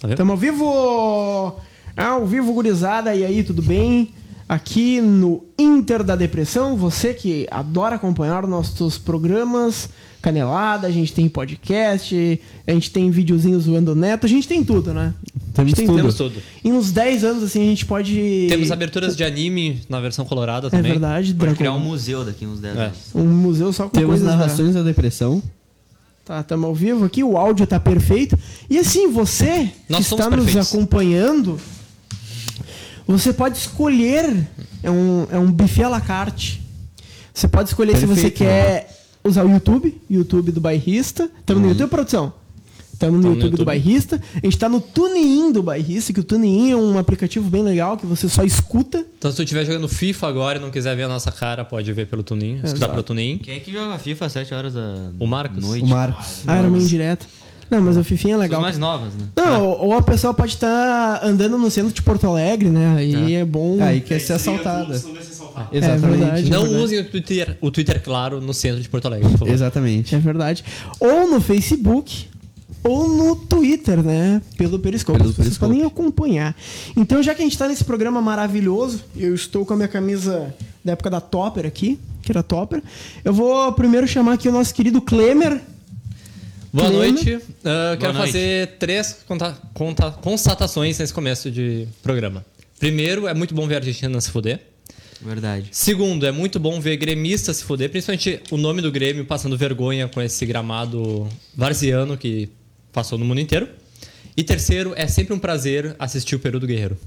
Tá vendo? Tamo ao vivo! É Ao vivo, gurizada, e aí, tudo bem? Aqui no Inter da Depressão, você que adora acompanhar nossos programas, canelada, a gente tem podcast, a gente tem videozinho zoando o neto, a gente tem tudo, né? A gente Temos tudo. temos Tudo. Em uns 10 anos, assim, a gente pode... Temos aberturas de anime na versão colorada É também. verdade, Pode Dragon criar um museu daqui uns 10 É. anos. Um museu só com Temos coisas da- narrações da depressão. Tá, estamos ao vivo aqui, o áudio tá perfeito. E assim, você Nós que somos está nos perfeitos. acompanhando, você pode escolher. É um, é um buffet à la carte. Você pode escolher se você Perfeito, né? quer usar o YouTube, YouTube do bairrista. Estamos no YouTube, produção? Estamos no, Uhum. Tamo no YouTube do YouTube. bairrista. A gente está no TuneIn do bairrista, que o TuneIn é um aplicativo bem legal que você só escuta. Então, se tu estiver jogando FIFA agora e não quiser ver a nossa cara, pode ver pelo Tunin, escutar pelo Tunin. Quem é que joga FIFA às 7 horas da O Marcos. noite? O Marcos. Ah, era uma indireta. Não, mas o Fifinha é São legal. mais novas, né? Não, ou a pessoa pode estar andando no centro de Porto Alegre, né? Aí é, bom. Aí quer ser assaltada. É verdade. Exatamente. Não verdade. usem o Twitter, o Twitter, claro, no centro de Porto Alegre, por favor. Exatamente. É verdade. Ou no Facebook, ou no Twitter, né? Pelo Periscope. Pelo Vocês Periscope. podem acompanhar. Então, já que a gente tá nesse programa maravilhoso, eu estou com a minha camisa da época da Topper aqui, que era Topper. Eu vou primeiro chamar aqui o nosso querido Klemer. Boa Klemer. noite. Ah, quero noite. fazer três conta- conta- constatações nesse começo de programa. Primeiro, é muito bom ver a Argentina se fuder. Verdade. Segundo, é muito bom ver gremista se fuder, principalmente o nome do Grêmio passando vergonha com esse gramado varziano que passou no mundo inteiro. E terceiro, é sempre um prazer assistir o Peru do Guerreiro.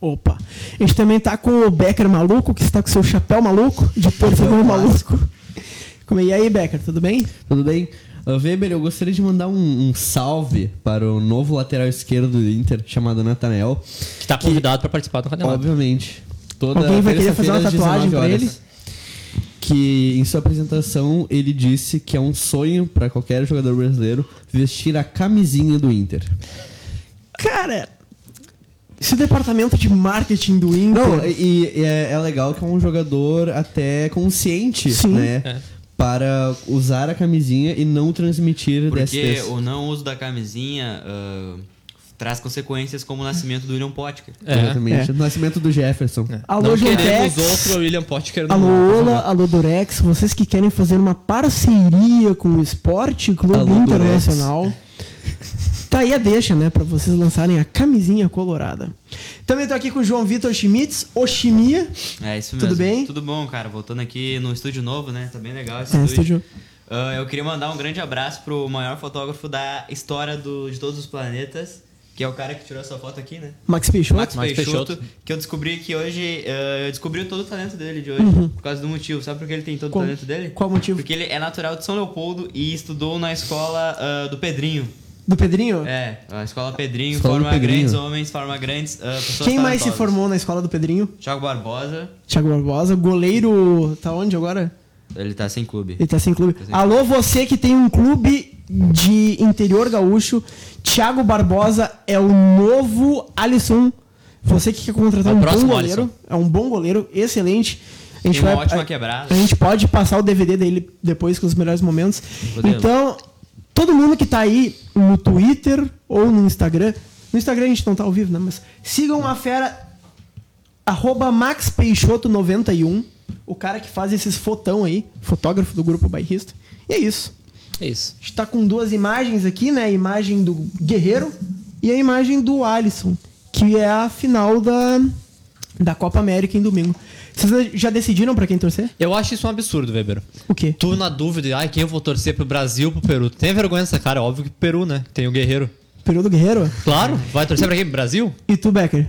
Opa. A gente também tá com o Becker maluco, que está com seu chapéu maluco, de perfil maluco. Como é? E aí, Becker, tudo bem? Tudo bem? Uh, Weber, eu gostaria de mandar um, um salve para o novo lateral esquerdo do Inter, chamado Natanael. Que tá convidado pra participar do canal. Obviamente. Toda Alguém vai querer fazer uma terça-feira, às tatuagem pra 19 ele? horas. Que em sua apresentação ele disse que é um sonho para qualquer jogador brasileiro vestir a camisinha do Inter. Cara, esse departamento de marketing do Inter. Não, e, e é, é legal que é um jogador até consciente, Sim. né? É. Para usar a camisinha e não transmitir Porque DSTs. o não uso da camisinha ah, traz consequências como o nascimento do William Potker. É. Exatamente. É. O nascimento do Jefferson. É. Alô, Não João queremos Tex. outro né? William Potker no mundo, Alô, por Ola, favor. alô, Dorex. Vocês que querem fazer uma parceria com o Esporte Clube Alô, Internacional. Tá aí a deixa, né? Pra vocês lançarem a camisinha colorada. Também tô aqui com o João Vitor Schmitz, Oshimia. É isso mesmo. Tudo bem? Tudo bom, cara. Voltando aqui no estúdio novo, né? Tá bem legal esse É, estúdio. estúdio. Ah, eu queria mandar um grande abraço pro maior fotógrafo da história do- de todos os planetas, que é o cara que tirou essa foto aqui, né? Max Peixoto. Max, Max Peixoto, Peixoto. que eu descobri que hoje. eh, eu descobri todo o talento dele de hoje, por causa do motivo. Sabe por que ele tem todo Uhum. Qual- o talento dele? qual motivo? Porque ele é natural de São Leopoldo e estudou na escola ah, do Pedrinho. Do Pedrinho? É, a escola Pedrinho Escola do forma Pedrinho. grandes homens, forma grandes ah, pessoas. Quem mais se talentosas. formou na escola do Pedrinho? Thiago Barbosa, Thiago Barbosa. Goleiro. Tá onde agora? ele tá sem clube. Ele tá sem clube. sem Alô, você que tem um clube de interior gaúcho, Thiago Barbosa é o novo Alisson. Você que quer contratar É o um bom próximo goleiro, Alisson. é um bom goleiro, excelente. A Tem gente, uma vai, ótima a, quebrada. a gente pode passar o DVD dele depois com os melhores momentos. Podemos. Então, todo mundo que tá aí no Twitter ou no Instagram, no Instagram a gente não tá ao vivo, né? Mas sigam a fera Arroba Max Peixoto 91, o cara que faz esses fotão aí, fotógrafo do grupo bairrista. E é isso. É isso. A gente tá com duas imagens aqui, né? A imagem do Guerreiro e a imagem do Alisson, que é a final da, da Copa América em domingo. Vocês já decidiram pra quem torcer? Eu acho isso um absurdo, Weber. O quê? Tu na dúvida, ai, quem eu vou torcer pro Brasil pro Peru? Tem vergonha dessa cara, óbvio que pro Peru, né? Tem o Guerreiro. Período Guerreiro? Claro, vai torcer pra quem? Pro Brasil? E tu, Becker?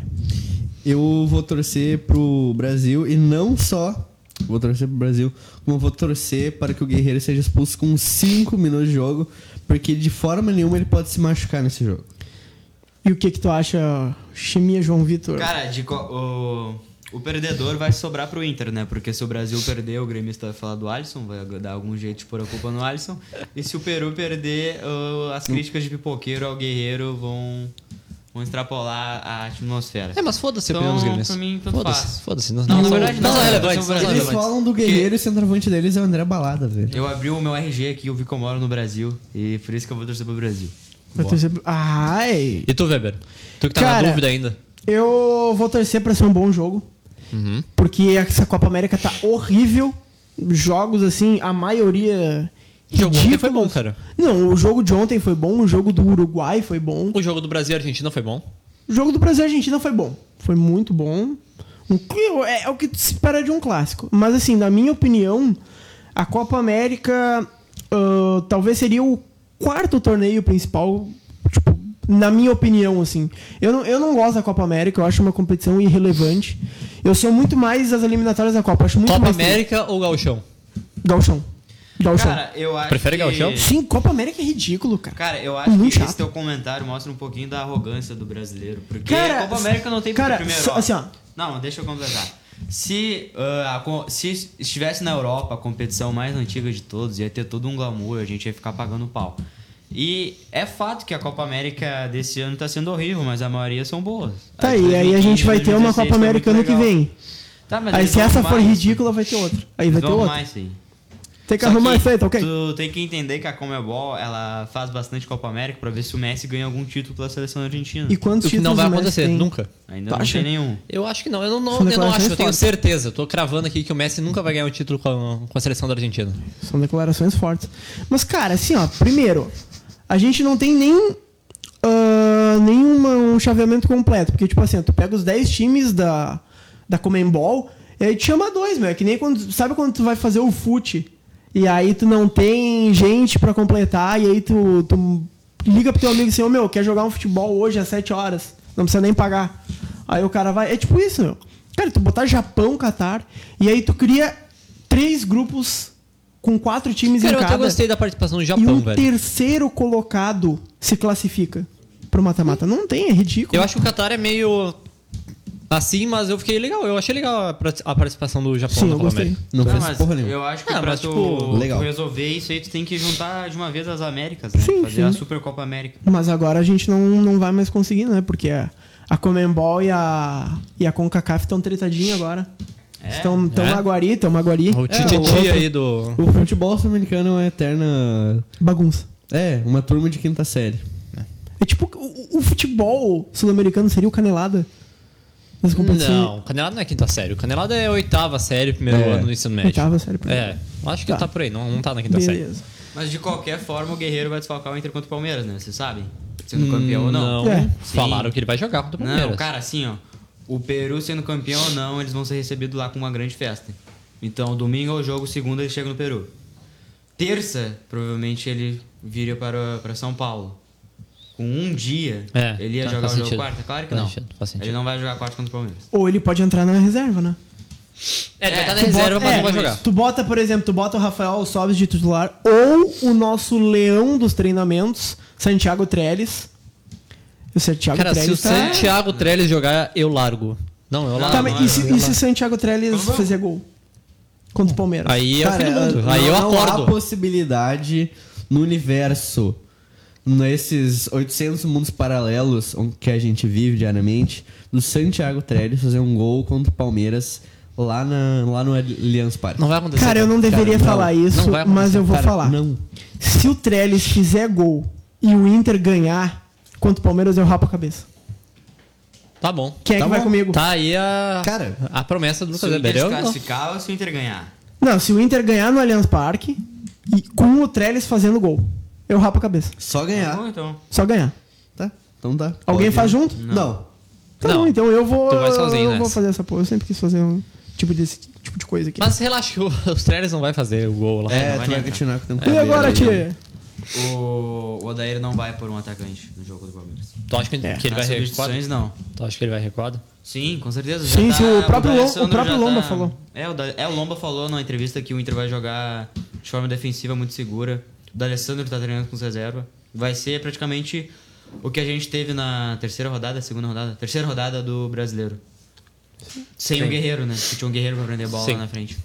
Eu vou torcer pro Brasil e não só vou torcer pro Brasil, como vou torcer para que o Guerreiro seja expulso com 5 minutos de jogo, porque de forma nenhuma ele pode se machucar nesse jogo. E o que que tu acha, Chimia João Vitor? Cara, de co- o, o perdedor vai sobrar pro Inter, né? Porque se o Brasil perder, o gremista vai falar do Alisson, vai dar algum jeito de pôr a culpa no Alisson. E se o Peru perder, o- as críticas de pipoqueiro ao guerreiro vão, vão extrapolar a atmosfera. É, mas foda-se, Então, opinião dos gremistas. pra mim, tanto faz. Foda-se, foda-se. Não, na são- verdade, não não, são eu sou relevantes. Não são brasileiro. Eles relevantes. falam do Guerreiro e o centroavante deles é o André Balada, velho. Eu abri o meu RG aqui, eu vi que eu moro no Brasil, e por isso que eu vou torcer pro Brasil. Vai torcer pro- Ai! E tu, Weber? Tu que tá Cara, na dúvida ainda. Eu vou torcer pra ser um bom jogo. Uhum. Porque essa Copa América tá horrível. Jogos, assim, a maioria. O jogo ontem ridículos. foi bom, cara. Não, o jogo de ontem foi bom, o jogo do Uruguai foi bom. O jogo do Brasil e Argentina foi bom. O jogo do Brasil e Argentina foi bom. Foi muito bom. Um cli- É, é o que se espera de um clássico. Mas, assim, na minha opinião, a Copa América ah, talvez seria o quarto torneio principal, tipo, na minha opinião, assim. Eu não, eu não gosto da Copa América, eu acho uma competição irrelevante. Eu sou muito mais as eliminatórias da Copa. eu Acho muito Copa mais América ou Gauchão? Galchão. Galchão. Cara, eu acho Prefere que... Gauchão? Sim, Copa América é ridículo, cara. Cara, eu acho É Muito que chato. esse teu comentário mostra um pouquinho da arrogância do brasileiro. Porque Cara, a Copa América não tem cara, primeiro. só- assim, ó. Não, deixa eu completar. Se, ah, a co- se estivesse na Europa, a competição mais antiga de todos, ia ter todo um glamour, a gente ia ficar pagando pau. E é fato que a Copa América desse ano tá sendo horrível, mas a maioria são boas. Tá, A e aí de a gente 2015, vai ter uma 2016 Copa foi América ano tá muito que legal. vem. Tá, mas Aí eles se vão essa arrumar for isso. ridícula, vai ter outra. Aí vai Eles ter vão outra. arrumar isso aí. Tem que Só arrumar que isso aí, tá ok? Tu tem que entender que a Comebol, ela faz bastante Copa América pra ver se o Messi ganha algum título pela seleção argentina. E quantos O que títulos não vai o Messi acontecer, tem? nunca. Ainda Tu não acha? tem nenhum. Eu acho que não. Eu não, não- São eu não declarações acho, eu tenho fortes. certeza. Tô cravando aqui que o Messi nunca vai ganhar um título com a, com a seleção da Argentina. São declarações fortes. Mas, cara, assim, ó, primeiro, a gente não tem nem ah, nenhuma um chaveamento completo. Porque, tipo assim, tu pega os 10 times da, da Comembol e aí te chama dois, meu. É que nem quando. Sabe quando tu vai fazer o fute? E aí tu não tem gente pra completar, e aí tu, tu liga pro teu amigo assim, ô meu, quer jogar um futebol hoje às 7 horas? Não precisa nem pagar. Aí o cara vai. É tipo isso, meu. Cara, tu botar Japão, Catar, e aí tu cria três grupos com quatro times Cara, eu em até cada. gostei da participação do e Japão, um velho. terceiro colocado se classifica pro mata-mata. Não tem, é ridículo. Eu acho que o Qatar é meio assim, mas eu fiquei legal. Eu achei legal a pra- a participação do Japão Sim, na eu Copa gostei. América. Não Tá, fez mas porra nenhuma. Eu acho que Ah, pra mas, tu, tipo, tu legal. resolver isso aí, tu tem que juntar de uma vez as Américas, né? Sim, Fazer sim. a Supercopa América. Mas agora a gente não, não vai mais conseguir, né? Porque a, a Comembol e a, e a CONCACAF estão tretadinha agora. Estão tão É? maguari, estão maguari. O Tititi aí do. O futebol sul-americano é uma eterna. Bagunça. É, uma turma de quinta série. É tipo, o, o futebol sul-americano seria o Canelada. assim. Nas competições. Não, Canelada não é quinta série. O Canelada é oitava série, primeiro É. ano do ensino médio. Oitava série, primeiro. É, eu acho que Tá. tá, por aí, não, não tá na quinta série. Beleza. Mas de qualquer forma, o Guerreiro vai desfalcar o Inter contra o Palmeiras, né? Vocês sabem? Sendo campeão ou não. É. Sim. Falaram que ele vai jogar contra o Palmeiras. Não, cara, assim, ó. O Peru sendo campeão ou não, eles vão ser recebidos lá com uma grande festa. Então, domingo é o jogo, segunda ele chega no Peru. Terça, provavelmente ele vira para, para São Paulo. Com um dia, É, ele ia tá- jogar faz o jogo sentido. quarta? Claro que Faz não. sentido, faz sentido. Ele não vai jogar quarta contra o Palmeiras. Ou ele pode entrar na reserva, né? É, ele vai É, estar na Tu reserva, bota- mas é, não vai jogar. Tu bota, por exemplo, tu bota o Rafael Sobis de titular ou o nosso leão dos treinamentos, Santiago Trellis. O Santiago Cara, se o Trellis tá... Santiago Trellis jogar, eu largo. Não, eu largo. Tá, mas Não, e se, não, e se o Santiago Trellis fazer gol? Contra o Palmeiras. Aí é o fim do Cara, mundo. Aí não- eu Não há acordo. possibilidade no universo, nesses 800 mundos paralelos on- que a gente vive diariamente, do Santiago Trellis fazer um gol contra o Palmeiras lá, na, lá no Allianz Parque. Não vai acontecer. Cara, eu não deveria não, falar não isso, vai acontecer. mas eu vou Cara, falar. Não. Se o Trellis fizer gol e o Inter ganhar contra o Palmeiras, eu rapo a cabeça. Tá bom. Quem é Tá que vai bom. comigo? Tá aí a, Cara, a promessa do Se Lucas o Inter Weber. Eu se não. classificar ou se o Inter ganhar? Não, se o Inter ganhar no Allianz Parque e com o Trellis fazendo gol, eu rapo a cabeça. só Tá bom, ganhar. então. Só ganhar. Tá? Então tá. Alguém Pode. faz junto? Não. Tá Não. bom, então eu vou. Tu vai sozinho né? eu vou nessa. fazer essa porra. Eu sempre quis fazer um tipo desse tipo de coisa aqui. Mas relaxa, o- os Trellis não vai fazer o gol lá. É, vai tu vai nem continuar com o teu e É, cabelo agora, aí. Tia? O, o Odair não vai por um atacante no jogo do Palmeiras. Tu acha que, que É. ele vai Nas recuado? substituições, né? não. Tu acha que ele vai recuado? Sim, com certeza. Sim, já sim, tá- o próprio Lom- D'Alessandro o próprio já Lomba tá- falou. É o, da, é, o Lomba falou na entrevista que o Inter vai jogar de forma defensiva muito segura. O D'Alessandro tá treinando com os reserva. Vai ser praticamente o que a gente teve na terceira rodada, segunda rodada, terceira rodada do Brasileiro. Sem o Guerreiro, né? Que tinha um Guerreiro pra prender a bola Sim. lá na frente.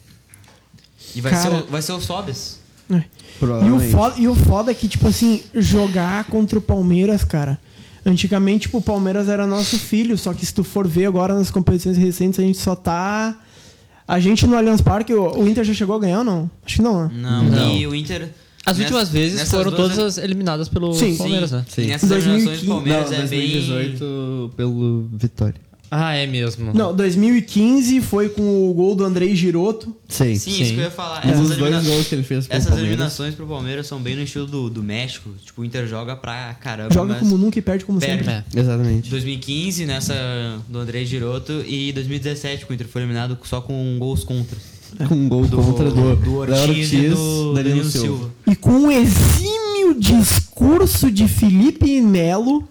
E vai, Cara. ser, o, vai ser o Sobes. É. E o, Provavelmente. foda, e o foda é que, tipo assim, jogar contra o Palmeiras, cara. Antigamente, tipo, o Palmeiras era nosso filho, só que se tu for ver agora nas competições recentes, a gente só tá. A gente no Allianz Parque, o, o Inter já chegou a ganhar ou não? Acho que não, né? Não. Não. E o Inter As Nessa- últimas vezes nessas foram duas- né? todas as eliminadas pelo Sim. Palmeiras, né? Sim. Nessas 2015. eliminações do Palmeiras não, é bem. 2018 pelo Vitória. Ah, é mesmo. Não, 2015 foi com o gol do Andrei Giroto. Sim. Sim, Sim. isso que eu ia falar. Um Essas, dos dois elimina- gols que ele fez pelo essas Palmeiras. eliminações pro Palmeiras são bem no estilo do, do México. Tipo, o Inter joga pra caramba. Joga mas como nunca e perde como perde. sempre. É. Exatamente. 2015, nessa do André Giroto, e 2017, que o Inter foi eliminado só com gols contra. Com um gol contra do, do Ortiz, e do Danilo, Danilo Silva. Silva. E com um exímio discurso de Felipe Melo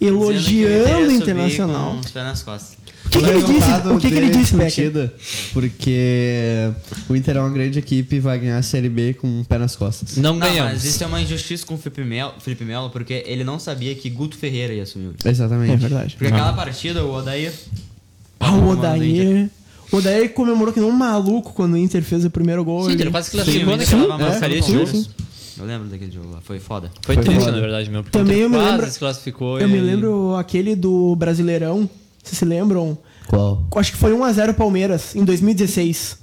elogiando Dizendo o que Inter ia subir Internacional. Com os pés nas costas. O que, que ele disse? O que, que ele disse, Becker? partida? Porque o Inter é uma grande equipe e vai ganhar a Série B com um pé nas costas. Não, Não, ganhamos. mas isso é uma injustiça com o Felipe Melo, Felipe Melo, porque ele não sabia que Guto Ferreira ia assumir. o time. Exatamente. É verdade. Porque aquela partida, o Odair. Ah, o Odair. O Odair comemorou que não um maluco quando o Inter fez o primeiro gol. Sim, Ele- Inter quase Sim, classificou o Inter naquela tava marcando porcaria o de jogo. Palmeiras. Eu lembro daquele jogo lá, foi foda. um Foi Foi triste, foda. na verdade, meu. Porque Também o eu Inter me quase lembro- se classificou Eu me e- lembro aquele do Brasileirão, vocês se lembram? Qual? Acho que foi 1x0 Palmeiras, em 2016.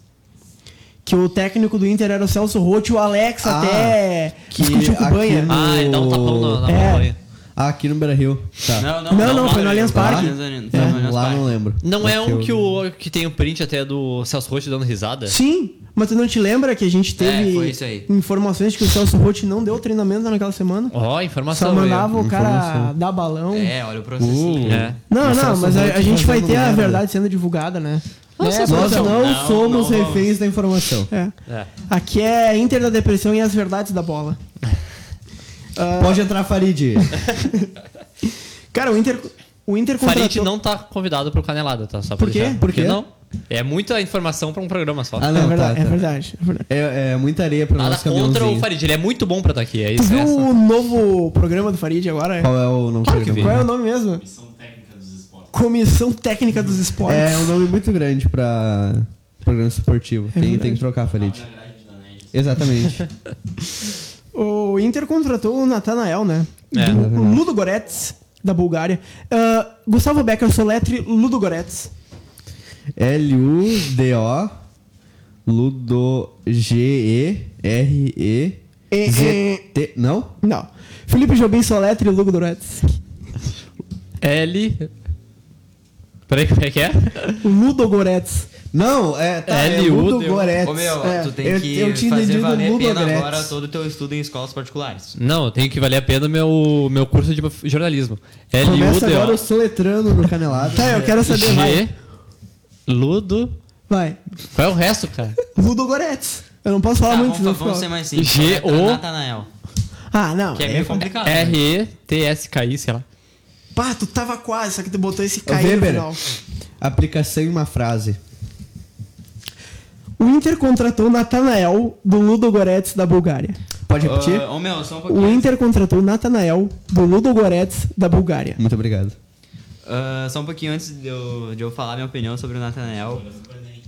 Que o técnico do Inter era o Celso Rotti, o Alex Ah, até que discutiu com o aqui- Banha. Ah, Ah, ele dá um tapão na, na É. bola aí. Ah, aqui no Beira Rio. Tá. Não, não, foi no Allianz Foi no Parque. Allianz- foi no É, Allianz lá Parque. não lembro. Não é um Porque que, o, que tem o print até do Celso Rotti dando risada? Sim, mas tu não te lembra que a gente teve É, foi isso aí. informações de que o Celso Rotti não deu treinamento naquela semana? Ó, Só informação. aí, ó. mandava o cara Informação. dar balão. É, olha o processo. É. Não, O não, Celso mas a, Roth a gente vai fazendo ter a merda. verdade sendo divulgada, né? Nós não, Não, um, somos não, não. reféns da informação. É. É. Aqui é Inter da Depressão e as verdades da bola. Pode entrar, Farid. Cara, o Inter, o Inter contratou... Farid não tá convidado pro Canelada, tá? Só pra Por quê? deixar. Por Porque quê? não. É muita informação pra um programa só. Ah, é, não, verdade, tá, tá. é verdade, é verdade. É, é muita areia pro Nada nosso contra o caminhãozinho. Farid, ele é muito bom pra estar aqui, é Tu isso. viu é essa. o novo programa do Farid agora? é? Qual é o nome? Claro que vi. dele? Qual é o nome mesmo? Comissão Técnica dos Esportes. É um nome muito grande pra É programa esportivo. Tem, tem que trocar, Farid. Ah, né? Exatamente. O Inter contratou o Natanael, né? É. Do Ludo Goretz, da Bulgária. Ah, Gustavo Becker, Soletri, Ludo Goretz. L-U-D-O Ludo G-E-R-E Z-T. Não? Não. Felipe Jobim, Soletri, Ludo Goretz. É, L. Peraí, como é que é? Ludo Goretz. Não, é, tá, é L-U-D-O. Ludo Goretz. Ô, meu, É, tu tem eu- que eu tinha fazer entendido valer a Ludo pena Goretz. agora todo o teu estudo em escolas particulares. Não, tem que valer a pena meu, meu curso de jornalismo. É Começa agora o L-U-D-O. soletrando no canelado. Tá, eu quero saber, vai. G. Ludo. Vai. Qual é o resto, cara? Ludo Goretz. Eu não posso falar Tá, muito, vamos, senão fa- vamos ser fica- mais simples. G-O- Natanael. Ah, não. Que é meio complicado. né? R-E-T-S-K-I, sei lá. Pá, tu tava quase, só que tu botou esse Ô, cair no Weber. final. Aplicação em uma frase. O Inter contratou o Natanael do Ludo Goretz da Bulgária. Pode Ah, repetir? Ô, meu, só um pouquinho. O Inter contratou o Natanael do Ludo Goretz da Bulgária. Muito obrigado. Ah, só um pouquinho antes de eu, de eu falar minha opinião sobre o Natanael.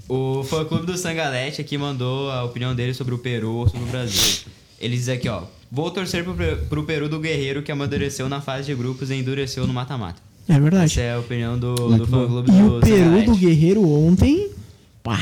O fã clube do Sangalete aqui mandou a opinião dele sobre o Peru ou sobre o Brasil. Ele diz aqui, ó. Vou torcer pro, Pe- pro Peru do Guerreiro que amadureceu na fase de grupos e endureceu no mata-mata. É Essa né, verdade. é a opinião do, do fã clube E do o Peru Sangalete. do Guerreiro ontem. Pá,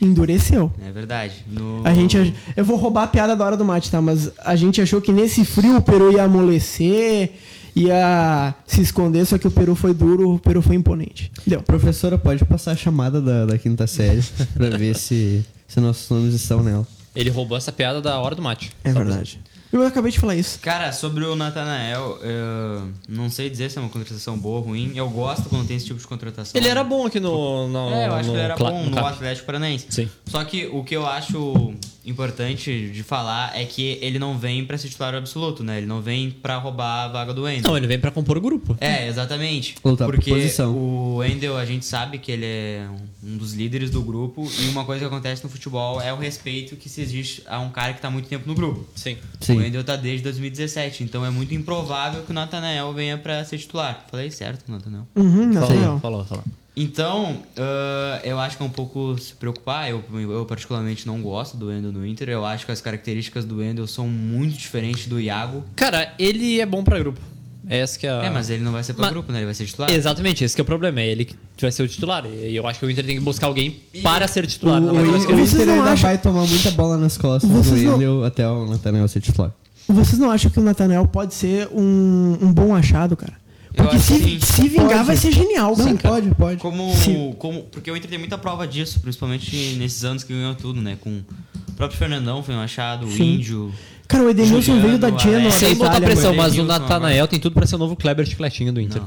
endureceu. É verdade. No- A gente. ach- Eu vou roubar a piada da hora do mate, tá? Mas a gente achou que nesse frio o Peru ia amolecer, ia se esconder, só que o Peru foi duro, o Peru foi imponente. Deu. Professora, pode passar a chamada da, da quinta série pra ver se, se nossos nomes estão nela. Ele roubou essa piada da hora do mate. É verdade. Eu acabei de falar isso. Cara, sobre o Natanael, eu não sei dizer se é uma contratação boa ou ruim. Eu gosto quando tem esse tipo de contratação. Ele era bom aqui no. no É, eu acho no que ele era cla- bom no no cap. Atlético Paranaense. Sim. Só que o que eu acho importante de falar é que ele não vem pra ser titular absoluto, né? Ele não vem pra roubar a vaga do Wendel. Não, tá ele vem pra compor o grupo. É, exatamente. Lutar por Porque posição. o Wendel, a gente sabe que ele é um- um dos líderes do grupo e uma coisa que acontece no futebol é o respeito que se exige a um cara que tá muito tempo no grupo. Sim. Sim. O Wendel tá desde 2017, então é muito improvável que o Natanael venha pra ser titular. Falei certo, Natanael. Uhum, Tá Falou, Natanael. falou, falou. Então, ah, eu acho que é um pouco se preocupar. Eu, eu particularmente não gosto do Wendel no Inter. Eu acho que as características do Wendel são muito diferentes do Iago. Cara, ele é bom pra grupo. Essa que é a... É, mas ele não vai ser pro Mas- grupo, né? Ele vai ser titular. Exatamente, esse que é o problema. É ele que vai ser o titular. E eu acho que o Inter tem que buscar alguém para ser titular. não O, vai o, buscar o alguém- Vocês Inter não ainda acham- vai tomar muita bola nas costas do Vocês não- Wendel até o Nathaniel ser titular. Vocês não acham que o Nathanael pode ser um, um bom achado, cara? Eu Porque acho que se, sim. se vingar Pode. vai ser genial, Não, cara. pode, pode. Como, Sim. como. Porque o Inter tem muita prova disso, principalmente nesses anos que ganhou tudo, né? Com o próprio Fernandão, foi um achado, o Sim. índio. Cara, o Edenilson Juliano, veio da Alex. Genoa, da né? Sem botar Itália, pressão, mano. mas o Edenilson, Natanael tem tudo pra ser o novo Kleber Chicletinho do Inter.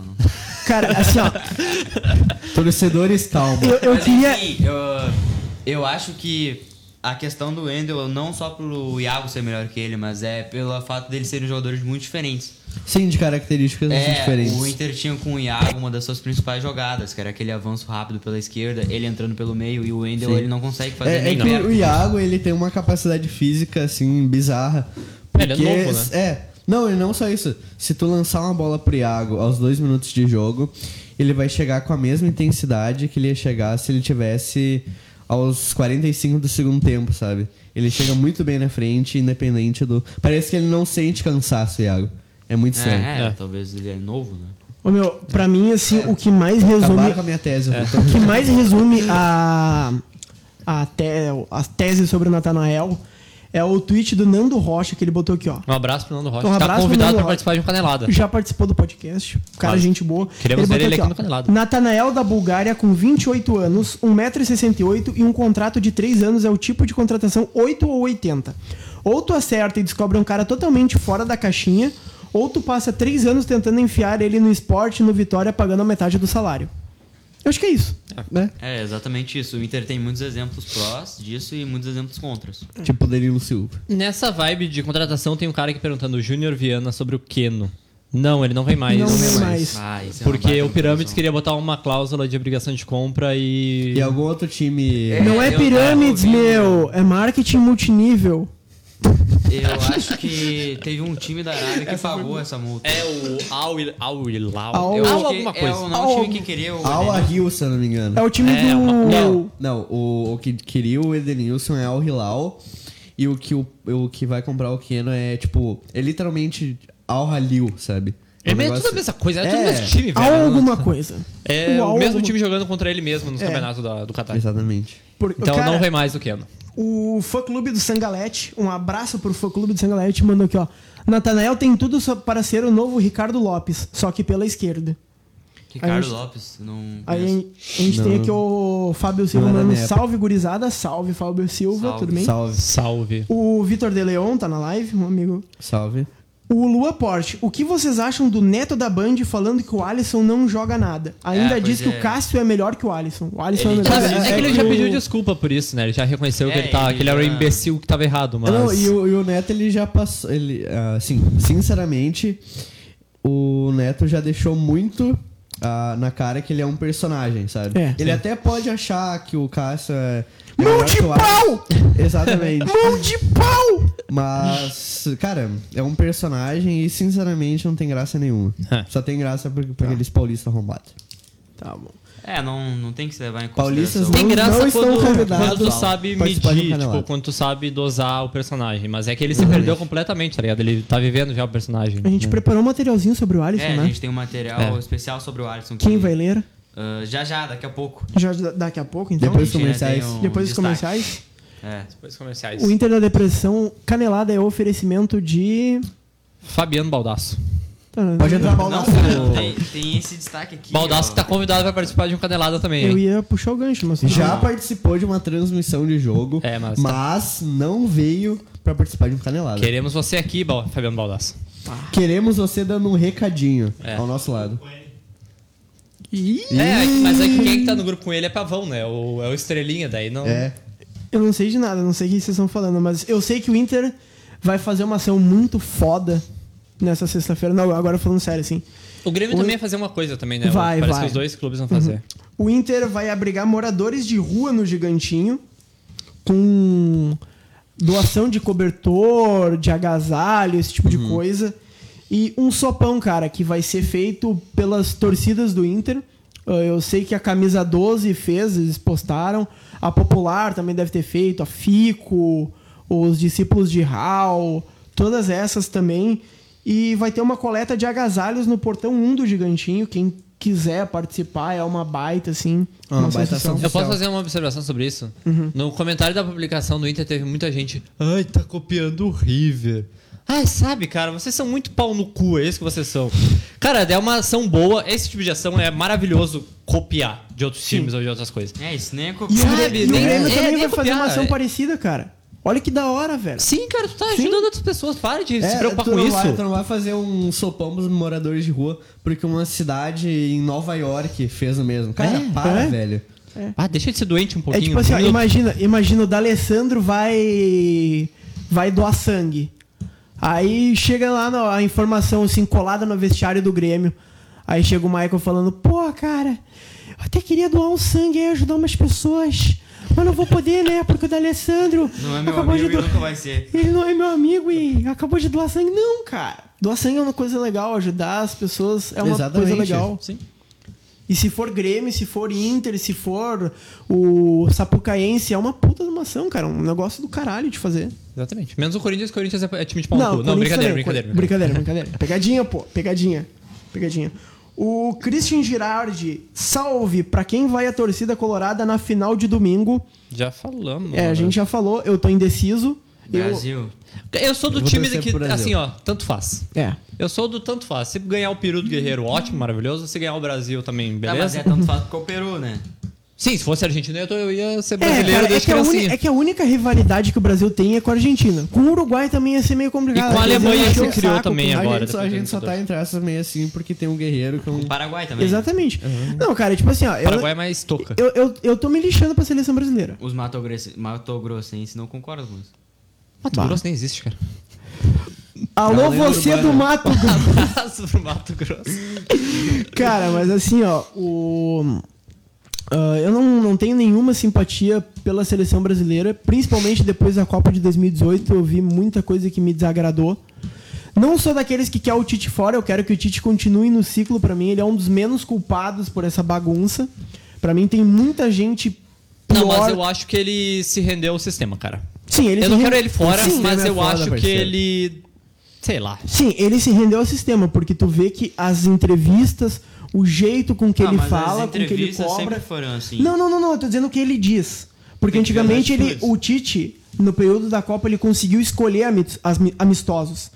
Cara, assim, ó, Torcedores, calma. eu, eu Mas, queria... enfim, eu, eu acho que a questão do Wendel, não só pro Iago ser melhor que ele, mas é pelo fato deles serem jogadores muito diferentes. Sim, de características assim, É, diferentes. o Inter tinha com o Iago uma das suas principais jogadas, que era aquele avanço rápido pela esquerda, ele entrando pelo meio e o Wendel ele não consegue fazer É, é nem que perto. o Iago, ele tem uma capacidade física, assim, bizarra. É, ele é Porque- novo, né? É. Não, e não só isso. Se tu lançar uma bola pro Iago aos dois minutos de jogo, ele vai chegar com a mesma intensidade que ele ia chegar se ele tivesse aos 45 do segundo tempo, sabe? Ele chega muito bem na frente, independente do... Parece que ele não sente cansaço, Iago. É muito sério. É, é, É. talvez ele é novo, né? Ô, meu, pra mim, assim, o que mais resume Acabaram com a minha tese, eu tô- O que mais resume a, a, te- a tese sobre o Natanael é o tweet do Nando Rocha que ele botou aqui, ó. Um abraço pro Nando Rocha. Um abraço tá pro convidado Nando pra Rocha. participar de um canelada. Já participou do podcast. Cara, é Quase. gente boa. Queremos botou ver ele aqui ó, no Canelada. Natanael da Bulgária, com 28 anos, 1,68m e um contrato de 3 anos é o tipo de contratação 8 ou 80. Ou tu acerta e descobre um cara totalmente fora da caixinha, ou tu passa 3 anos tentando enfiar ele no esporte, no Vitória, pagando a metade do salário. Eu acho que é isso. né? É, exatamente isso. O Inter tem muitos exemplos prós disso e muitos exemplos contras. Tipo o Danilo Silva. Nessa vibe de contratação, tem um cara aqui perguntando: Júnior Viana sobre o Keno. Não, ele não vem mais. Não vem mais. Ah, isso é uma Porque baita o Pirâmides confusão. queria botar uma cláusula de obrigação de compra e. E algum outro time... Não é eu pirâmides, tava meu. É marketing multinível. Eu acho que teve um time da Arábia que pagou essa multa. É o Al Al Hilal. Al- Eu Eu acho que acho um- que alguma É coisa. o não Al- time que queria o Al Edenilson. Ahil, se eu não me engano. É o time É, do. uma- Não, não o, o que queria o Edenilson é Al Hilal e o que, o, o que vai comprar o Keno é tipo, é literalmente Al Halil, sabe? É um meio negócio- tudo a mesma coisa, é, tudo o É. mesmo time, Há velho. alguma coisa. É há o mesmo alguma- time jogando contra ele mesmo nos campeonatos da- do Qatar. Exatamente. Por- Então É. cara, não vem mais o Keno. O fã clube do Sangalete, um abraço pro fã clube do Sangalete, mandou aqui, ó. Natanael tem tudo só para ser o novo Ricardo Lopes, só que pela esquerda. A Ricardo gente- Lopes, não Aí a conheço. gente tem aqui o Fábio Silva Não era mandando minha época. salve, gurizada. Salve, Fábio Silva, Salve. tudo bem? Salve, Salve. O Vitor De Leon tá na live, um amigo salve. O Lua Porte, o que vocês acham do neto da Band falando que o Alisson não joga nada? Ainda É, diz que pois o é. Cássio é melhor que o Alisson. O Alisson Ele é melhor Sabe, que o é Alisson. que ele já O- pediu desculpa por isso, né? Ele já reconheceu que É, ele, tá, ele que ele era um já- imbecil que tava errado, mas. Não, e o, e o Neto, ele já passou. Ele, ah, assim, sinceramente, o Neto já deixou muito ah, na cara que ele é um personagem, sabe? É. ele até pode achar que o Cássio é. é Mão melhor de que o Alisson. Exatamente. Mão de pau! Mas, cara, é um personagem e sinceramente não tem graça nenhuma. É. Só tem graça por, por aqueles paulistas arrombados. Tá bom. É, não, não tem que se levar em consideração. Paulistas Tem não, graça não estão quando, convidados. quando tu sabe Participar de um medir, canelada. tipo, quando tu sabe dosar o personagem. Mas é que ele se perdeu completamente, tá ligado? Ele tá vivendo já o personagem. Uhum. A gente preparou um materialzinho sobre o Alisson, É, a né? gente tá tem um material É. especial sobre o Alisson. que- Quem vai ler? Ah, já já, daqui a pouco. Já da- daqui a pouco, então. Depois dos A gente ainda comerciais. tem um Depois dos destaque. comerciais. É. Depois comerciais. Uhum. O Inter da Depressão, Canelada é oferecimento de. Fabiano Baldasso. Pode entrar mal Não, cara, tem, tem esse destaque aqui. Baldasso ó. que tá convidado pra participar de um canelada também. Eu hein? ia puxar o gancho, mas. Já participou de uma transmissão de jogo, É, mas- não veio pra participar de um canelado. Queremos você aqui, Bal- Fabiano Baldasso. Queremos você dando um recadinho É. ao nosso lado. Ih, É, mas é que quem tá no grupo com ele é Pavão, né? O, é o Estrelinha, daí não. É. Eu não sei de nada, não sei o que vocês estão falando, mas eu sei que o Inter vai fazer uma ação muito foda nessa sexta-feira. Não, agora falando sério, assim. O Grêmio O- também ia fazer uma coisa também, né? Vai, Parece vai. que os dois clubes vão fazer. Uhum. O Inter vai abrigar moradores de rua no Gigantinho com doação de cobertor, de agasalho, esse tipo de coisa. E um sopão, cara, que vai ser feito pelas torcidas do Inter. Ah, Eu sei que a camisa 12 fez, eles postaram. A Popular também deve ter feito, a Fico, os discípulos de Hal, todas essas também. E vai ter uma coleta de agasalhos no portão 1 do Gigantinho. Quem quiser participar é uma baita, assim. Uma baita sensação. ação. Eu posso fazer uma observação sobre isso? No comentário da publicação do Inter teve muita gente. Ai, tá copiando o River. Ai, sabe, cara, vocês são muito pau no cu, é isso que vocês são. Cara, é uma ação boa, esse tipo de ação é maravilhoso copiar de outros times ou de outras coisas. É, isso nem é E o copiar. Sabe, Grêmio, e o nem- Grêmio é, também nem vai fazer uma copiar, ação é. parecida, cara. Olha que da hora, velho. Sim, É, cara, tu tá ajudando outras pessoas, para de se preocupar É, tu com não isso. Vai, tu não vai fazer um sopão pros moradores de rua, porque uma cidade em Nova York fez o mesmo. Cara, É, para, é. velho. Ah, deixa de ser doente um É pouquinho. tipo assim, ó, um minuto. imagina, imagina o D'Alessandro vai vai doar sangue. Aí chega lá na- a informação assim colada no vestiário do Grêmio. Aí chega o Michael falando: "Pô, cara, eu até queria doar um sangue e ajudar umas pessoas, mas não vou poder, né? Porque o D'Alessandro Não é meu acabou amigo de e doar. nunca vai ser. Ele não é meu amigo e acabou de doar sangue, não, cara. Doar sangue é uma coisa legal, ajudar as pessoas é uma Exatamente. coisa legal. Sim. E se for Grêmio, se for Inter, se for o Sapucaense, é uma puta de uma ação, cara. Um negócio do caralho de fazer. Exatamente. Menos o Corinthians, o Corinthians é é time de pau no cu. Não, Corinthians brincadeira, também. brincadeira. Cor- Brincadeira, brincadeira. Pegadinha, pô. Pegadinha. Pegadinha. O Christian Girardi, salve pra quem vai a torcida colorada na final de domingo. Já falamos. É, a né? gente já falou, eu tô indeciso. Eu... Brasil. Tá, Eu sou do Eu vou time torcer que, pro Brasil. assim, ó, tanto faz. É. Eu sou do tanto faz. Se ganhar o Peru do Guerreiro, ótimo, maravilhoso. Se ganhar o Brasil também, Tá, mas beleza? é tanto fato que é o Peru, né? Sim, se fosse argentino, eu, tô- eu ia ser É, brasileiro cara, é, desde que a uni- criancinha. é que a única rivalidade que o Brasil tem é com a Argentina. Com o Uruguai também ia ser meio complicado. E com a Eles iam Alemanha encher se o criou saco também com- A agora, gente, só, a depois Ah, gente só tá entre aspas meio assim porque tem um guerreiro que é um. O Paraguai também. Exatamente. Não, cara, tipo assim, ó. eu- né? Uhum. Paraguai é mais toca. Eu, eu, eu tô me lixando pra seleção brasileira. Os Mato Grosso- Mato Grossenses não concordam com isso. Mato Bah. Grosso nem existe, cara. Alô, Galera você urbana. do Mato Grosso. Abraço pro Mato Grosso. Cara, mas assim, ó, o. ah, eu não, não tenho nenhuma simpatia pela seleção brasileira, principalmente depois da Copa de 2018. Eu vi muita coisa que me desagradou. Não sou daqueles que quer o Tite fora, eu quero que o Tite continue no ciclo pra mim. Ele é um dos menos culpados por essa bagunça. Pra mim, tem muita gente. Pior. Não, mas eu acho que ele se rendeu ao sistema, cara. Sim, ele eu se não re- quero ele fora, Sim, mas ele é eu foda, acho que parceiro. ele... Sei lá. Sim, ele se rendeu ao sistema, porque tu vê que as entrevistas, o jeito com que Ah, ele mas fala, as com que ele entrevistas cobra. sempre foram assim. Não, não, não, não, eu tô dizendo o que ele diz. Porque Tem que ver as antigamente ele, atitudes. o Tite, no período da Copa, ele conseguiu escolher amit- as mi- amistosos.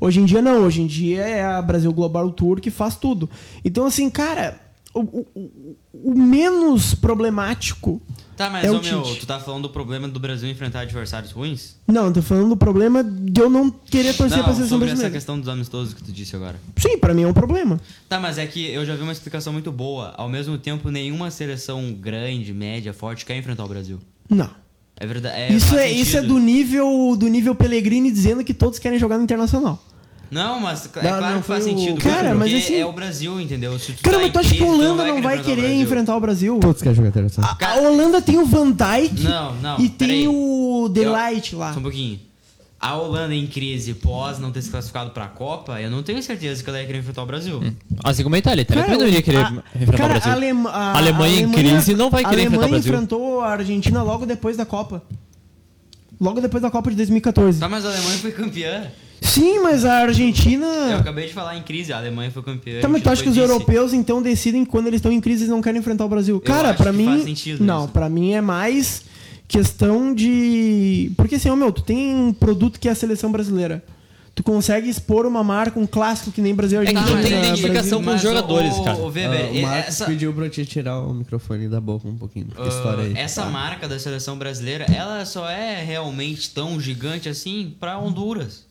Hoje em dia não, hoje em dia é a Brasil Global Tour que faz tudo. Então, assim, cara, o, o- o- o menos problemático. Tá, mas é ô o meu, Tite. tu tá falando do problema do Brasil enfrentar adversários ruins? Não, eu tô falando do problema de eu não querer torcer Não, pra sobre seleção essa brasileira. questão dos amistosos que tu disse agora. Sim, pra mim é um problema. Tá, mas é que eu já vi uma explicação muito boa. Ao mesmo tempo, nenhuma seleção grande, média, forte quer enfrentar o Brasil. Não. É verdade. isso, faz é, isso é sentido. do nível do nível Pellegrini dizendo que todos querem jogar no Internacional. Não, mas cl- é Não, claro não, que faz foi o- sentido. Cara, porque mas assim- É o Brasil, entendeu? Se tu Cara, tá mas tu acha em que a crise, tu Holanda não vai querer enfrentar o Brasil? Todos querem jogar ah, internacional. A Holanda tem o Van Dijk Não, não, e tem peraí. o Eu- Delight lá. Só um pouquinho. A Holanda em crise pós não ter se classificado pra Copa, eu não tenho certeza que ela ia querer enfrentar o Brasil. Hum. Assim como a Itália. A Itália Cara, também não ia querer a- enfrentar cara, o Brasil. a Alema- a- A Alemanha em crise não vai a querer enfrentar o Alemanha Brasil. enfrentou a Argentina logo depois da Copa. Logo depois da Copa de 2014. Tá, mas a Alemanha foi campeã. Sim, mas a Eu Argentina. acabei de falar em crise, a Alemanha foi campeã. Ah. Tá, a mas tu Argentina acha que os foi vice. europeus então decidem quando eles estão em crise e não querem enfrentar o Brasil? Cara, acho pra que mim. faz sentido não, isso. pra mim é mais questão de. Porque assim, ó, meu, tu tem um produto que é a seleção brasileira. Tu consegue expor uma marca, um clássico que nem Brasil e É que Argentina. não tem né? identificação com os mas o- jogadores, cara. O Ah, Weber, o Marcos essa, pediu pra eu te tirar o microfone da boca um pouquinho. Porque ah, história é- aí. essa marca da seleção brasileira, ela só é realmente tão gigante assim pra Honduras.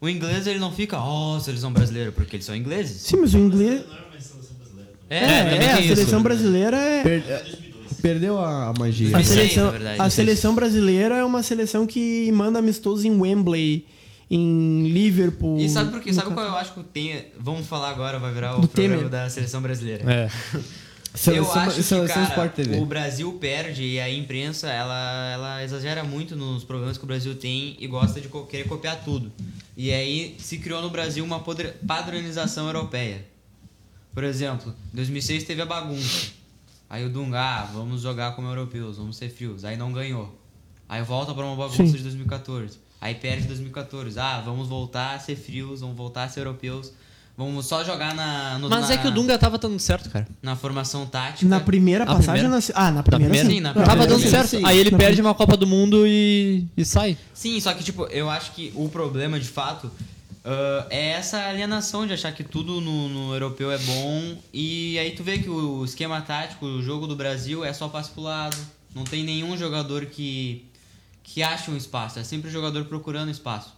O inglês ele não fica, ó, seleção brasileira, porque eles são ingleses. Sim, mas o inglês. É, também é, a tem isso. seleção brasileira é. Per- eh, Perdeu a a magia. A Mas- 2006, seleção, na verdade, a 2006. seleção brasileira é uma seleção que manda amistoso em Wembley, em Liverpool. E sabe por quê? no Sabe Catar- qual eu acho que tem. Vamos falar agora, vai virar o Do programa Temer. da seleção brasileira. É. é- Seleção- eu acho um seleção que, cara, Sport TV. o Brasil perde e a imprensa, ela, ela exagera muito nos problemas que o Brasil tem e gosta de co- querer copiar tudo. E aí se criou no Brasil uma podre- padronização europeia. Por exemplo, em 2006 teve a bagunça. Aí o Dunga, ah, vamos jogar como europeus, vamos ser frios. Aí não ganhou. Aí volta pra uma bagunça Sim. de 2014. Aí perde 2014. Ah, vamos voltar a ser frios, vamos voltar a ser europeus. Vamos só jogar na. no- Mas na, é que o Dunga tava dando certo, cara. Na formação tática. Na primeira A passagem primeira? ou na se- Ah, na primeira, primeira? sim. Sim, né? na Não, Tava primeira, dando sim. certo. sim. Aí ele Na perde uma Copa do Mundo e, e sai. Sim, só que, tipo, eu acho que o problema de fato ah, é essa alienação de achar que tudo no, no europeu é bom. E aí tu vê que o esquema tático, o jogo do Brasil é só passe pro lado. Não tem nenhum jogador que, que acha um espaço. É sempre o jogador procurando espaço.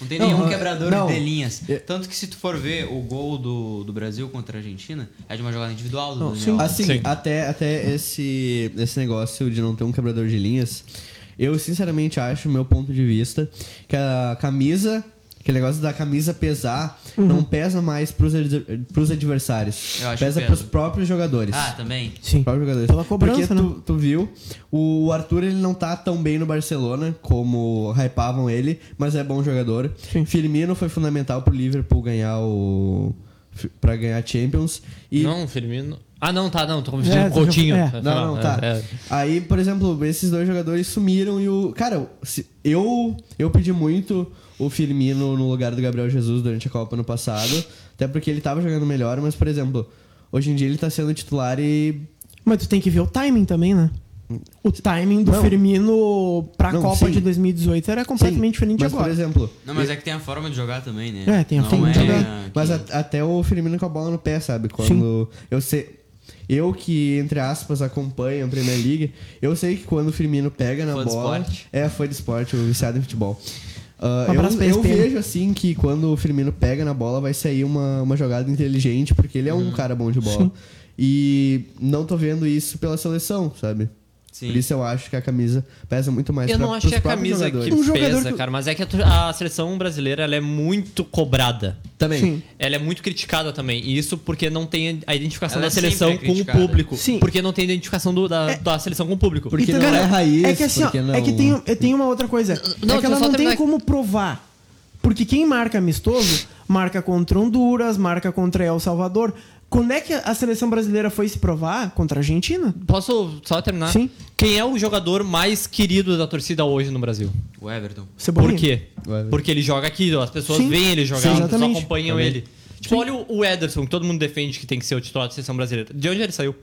Não tem Não, nenhum ah, quebrador não. de linhas. É. Tanto que se tu for ver o gol do, do Brasil contra a Argentina, é de uma jogada individual do Não, Daniel. Alves. Assim, Sim. até, até esse, esse negócio de não ter um quebrador de linhas, eu sinceramente acho, meu ponto de vista, que a camisa, que o negócio da camisa pesar, não pesa mais pros, ad- pros adversários. Eu acho que pesa pesa. pros próprios jogadores. Ah, também. Sim. Próprios jogadores. Pela cobrança, né? Porque tu, tu viu, o Arthur ele não tá tão bem no Barcelona como hypavam ele, mas é bom jogador. Sim. Firmino foi fundamental pro Liverpool ganhar o. pra ganhar a Champions. E Não, Firmino. Ah, não, tá, não. Tô confundindo É, com o Coutinho. é. Afinal, Não, não, tá. é, é. Aí, por exemplo, esses dois jogadores sumiram e o. Cara, se- eu, eu pedi muito o Firmino no lugar do Gabriel Jesus durante a Copa no passado. Até porque ele tava jogando melhor, mas, por exemplo, hoje em dia ele tá sendo titular e. Mas tu tem que ver o timing também, né? O timing do Não. Firmino pra Não, Copa sim. de 2018 era completamente Sim, diferente de mas, agora. Por exemplo. Não, mas é que tem a forma de jogar também, né? É, tem a Não forma de é jogar. que- Mas a- até o Firmino com a bola no pé, sabe? Quando eu sei. Eu que, entre aspas, acompanho a Premier League, eu sei que quando o Firmino pega na Fã de bola. esporte. É, foi de esporte, o viciado em futebol. Ah, Um abraço pra eu, eu SPN. vejo assim que quando o Firmino pega na bola vai sair uma, uma jogada inteligente, porque ele é Uhum. um cara bom de bola. E não tô vendo isso pela seleção, sabe? Sim. Por isso eu acho que a camisa pesa muito mais Eu pra, não achei pros a próprios camisa jogadores. que Um jogador pesa, que- cara. Mas é que a, tu- a seleção brasileira ela é muito cobrada. Também. Sim. Ela é muito criticada também. E isso porque não tem a identificação Ela da sempre seleção é com o criticada. público. Sim. É. Porque não tem identificação do- da, da seleção com o público. Porque E não também- é raiz, É que assim, ó, porque não- é que tem, é, tem uma outra coisa. Não, é que ela deixa eu só não tem terminar aqui. como provar. Porque quem marca amistoso, marca contra Honduras, marca contra El Salvador. Quando é que a seleção brasileira foi se provar? Contra a Argentina? Posso só terminar? Sim. Quem é o jogador mais querido da torcida hoje no Brasil? O Everton. Cebolinha. Por quê? Vai ver. Porque ele joga aqui, ó, as pessoas Sim. veem ele Sim, jogar, as pessoas exatamente. acompanham ele. Tipo, olha o o Ederson, que todo mundo defende que tem que ser o titular da seleção brasileira. De onde ele saiu?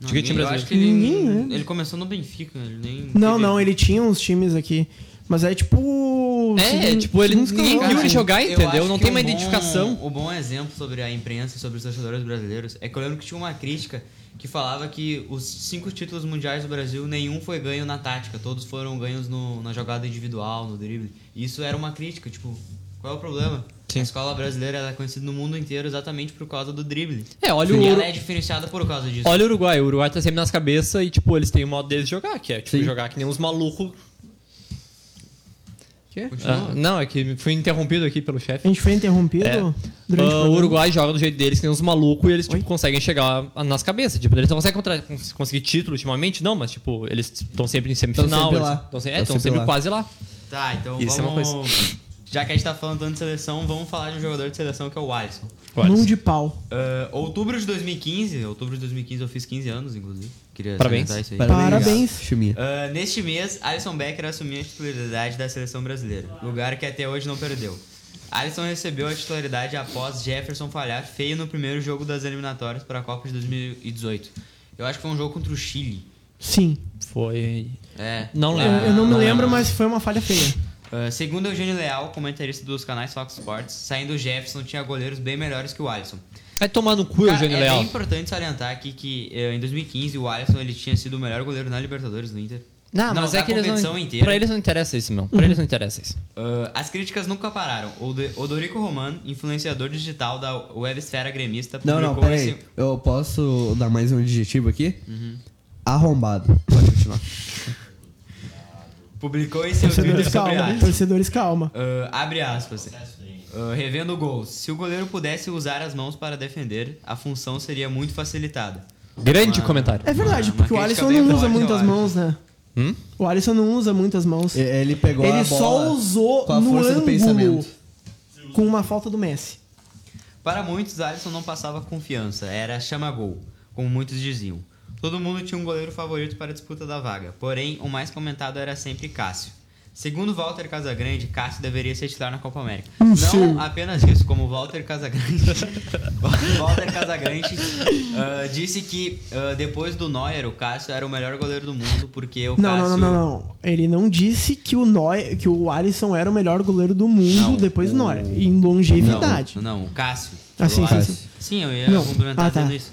De que time eu acho brasileiro? que ele, Ninguém, né? ele começou no Benfica, ele nem. Não, teve- não, ele tinha uns times aqui. Mas é tipo. É, segundo- tipo, ele segundo ninguém escalão, viu né? ele jogar, Eu entendeu? acho Não que tem um uma bom- identificação. O bom exemplo sobre a imprensa e sobre os torcedores brasileiros é que eu lembro que tinha uma crítica que falava que os cinco títulos mundiais do Brasil, nenhum foi ganho na tática, todos foram ganhos no- na jogada individual, no drible. E isso era uma crítica, tipo, qual é o problema? A escola brasileira ela é conhecida no mundo inteiro exatamente por causa do drible. É, olha e o Uru- ela é diferenciada por causa disso. Olha o Uruguai, o Uruguai tá sempre nas cabeças e, tipo, eles têm o modo deles de jogar, que é, tipo, jogar que nem uns malucos. Quê? Ah, não, é que fui interrompido aqui pelo chefe. A gente foi interrompido É. Ah, durante o programa. Uruguai joga do jeito deles, que nem uns malucos, e eles tipo, Oi? conseguem chegar nas cabeças. Tipo, eles não conseguem contra- cons- conseguir título ultimamente, não, mas tipo, eles estão sempre em semifinal. sempre eles lá. tão se- é, Tão estão sempre sempre lá. quase lá. Tá, então Isso é uma vamos. Já que a gente tá falando tanto de seleção, vamos falar de um jogador de seleção que é o Alisson. Mão de pau. Ah, outubro de 2015, outubro de 2015 eu fiz 15 anos, inclusive. Queria Parabéns. salientar isso aí. Parabéns. Chuminha. Ah, neste mês, Alisson Becker assumiu a titularidade da seleção brasileira, lugar que até hoje não perdeu. Alisson recebeu a titularidade após Jefferson falhar feio no primeiro jogo das eliminatórias para a Copa de 2018. Eu acho que foi um jogo contra o Chile. Sim. Foi. É. Não lá- Eu, Ah, eu não me lembro, lá- mas foi uma falha feia. é Uh, segundo Eugênio Leal, comentarista dos canais Fox Sports, saindo o Jefferson tinha goleiros bem melhores que o Alisson. Vai tomar no cu, Cara, Eugênio é Leal. bem importante salientar aqui que eh, em 2015 o Alisson ele tinha sido o melhor goleiro na Libertadores do Inter. Não, mas da é que eles competição não. inteira. Pra eles não interessa isso, meu. Pra eles não interessa isso. Uh, as críticas nunca pararam. O De- Odorico Romano, influenciador digital da websfera gremista, Não, não, publicou peraí. esse- Eu posso dar mais um adjetivo aqui? Uhum. Arrombado. Pode continuar. publicou em seu vídeo Torcedores sobre calma, Alisson. torcedores calma. Uh, abre aspas. Uh, revendo gols. Se o goleiro pudesse usar as mãos para defender, a função seria muito facilitada. Grande Uma- comentário. É Ah, verdade, Uma- uma porque o crítica Alisson bem não forte usa ao muitas Alisson. mãos, né? Hum? O Alisson não usa muitas mãos. E- Ele pegou É, a Ele bola só usou com a no força do ângulo pensamento. com uma falta do Messi. Para muitos, Alisson não passava confiança, era chama-gol, como muitos diziam. Todo mundo tinha um goleiro favorito para a disputa da vaga, porém o mais comentado era sempre Cássio. Segundo Walter Casagrande, Cássio deveria ser titular na Copa América. Hum, sim. Não apenas isso, como Walter Casagrande. Walter Casagrande ah, disse que ah, depois do Neuer, o Cássio era o melhor goleiro do mundo, porque o Não, Cássio. não, não, não, não. Ele não disse que o, Noy, que o Alisson era o melhor goleiro do mundo Não, depois do o- Neuer. Em longevidade. Não, não, o Cássio. Ah, sim, O sim, Cássio. sim. Sim, eu ia Não. complementar Ah, tá. tudo isso.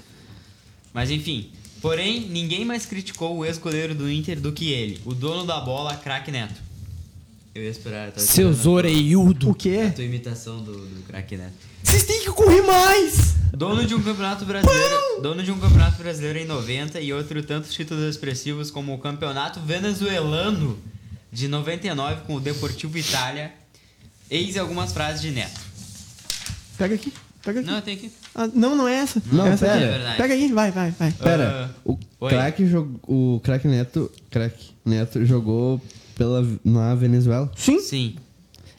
Mas enfim. Porém, ninguém mais criticou o ex-goleiro do Inter do que ele, o dono da bola, craque Neto. Eu ia esperar. eu tava Seus esperando oreiudo. O a quê? tua imitação do, do craque Neto. Vocês têm que correr mais! Dono de um campeonato brasileiro, dono de um campeonato brasileiro em 90 e outro tantos títulos expressivos como o campeonato venezuelano de 99 com o Deportivo Itália. Eis algumas frases de Neto. Pega aqui, pega aqui. Não, Ah, eu tenho que Não, não é essa. Não, é essa pera. aqui. É verdade. Pega aí, vai, vai, vai. Pera, Ah, o oi. craque jogou. O craque Neto. Craque Neto jogou pela, na Venezuela. Sim, Sim.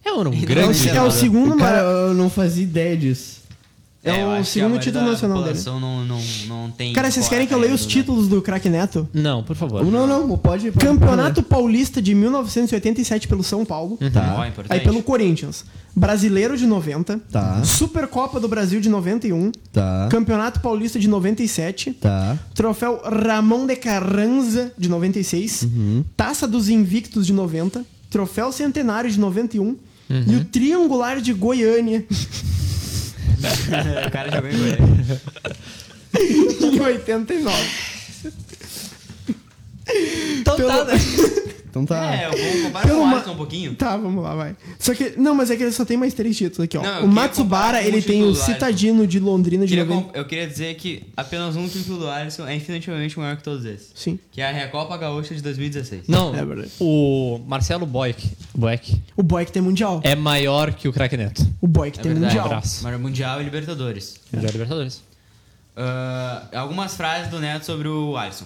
É um é grande. o, é o segundo Cara, maior. eu não fazia ideia disso. É eu o acho que segundo a maioria título da nacional população Não, não, não tem Cara, vocês querem que eu leia os né? títulos do craque Neto? Não, por favor. Não, não, pode. pode Campeonato Paulista de 1987 pelo São Paulo. Tá. Ó, Aí importante. pelo Corinthians. Brasileiro de 90. Tá. Supercopa do Brasil de 91. Tá. Campeonato Paulista de 97. Tá. Troféu Ramon de Carranza de 96. Taça dos Invictos de 90. Troféu Centenário de 91. E o Triangular de Goiânia É, o cara jogou em Goiânia. em 89. Então tá, né? Então tá. É, eu vou comparar Pelo com o ma- Alisson um pouquinho. Tá, vamos lá, vai. Só que. Não, mas é que ele só tem mais três títulos aqui, ó. Não, eu o queria Matsubara, comparar com ele o tem o título do é Alisson. Citadino de Londrina Eu de queria, 90. com- eu queria dizer que apenas um título do Alisson é infinitamente maior que todos esses. Sim. Que é a Recopa Gaúcha de 2016. Não, É verdade. o Marcelo Boeck, Boeck O boy que tem mundial. é maior que o Crack Neto. O boy que É tem verdade. mundial. abraço. Mas Mundial e Libertadores. Mundial é Libertadores. Ah, algumas frases do Neto sobre o Alisson.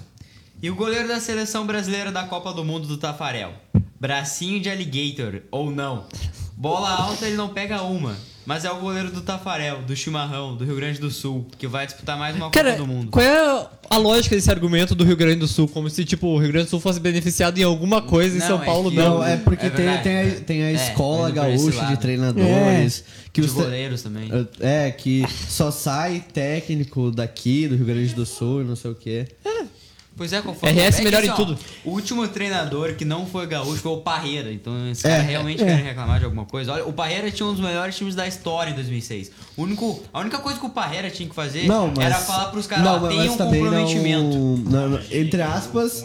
E o goleiro da seleção brasileira da Copa do Mundo do Tafarel? Bracinho de alligator, ou não. Bola alta ele não pega uma. Mas é o goleiro do Tafarel, do Chimarrão, do Rio Grande do Sul, que vai disputar mais uma Cara, Copa do Mundo. qual é a lógica desse argumento do Rio Grande do Sul? Como se, tipo, o Rio Grande do Sul fosse beneficiado em alguma coisa e Não, São é Paulo que- não. Não, é porque É tem, verdade. tem a, tem a É, escola indo pra esse gaúcha de lado. treinadores. É. Que De os tre- goleiros também. É, que só sai técnico daqui, do Rio Grande do Sul e não sei o quê. Pois é, conforme. RS é melhor que, em ó, tudo. O último treinador que não foi gaúcho foi o Parreira. Então, esse É, cara realmente querem reclamar de alguma coisa. Olha, o Parreira tinha um dos melhores times da história em 2006. O único, a única coisa que o Parreira tinha que fazer Não, mas. É, era falar pros caras: Não, ó, mas tenham também não- comprometimento. não- não, entre aspas,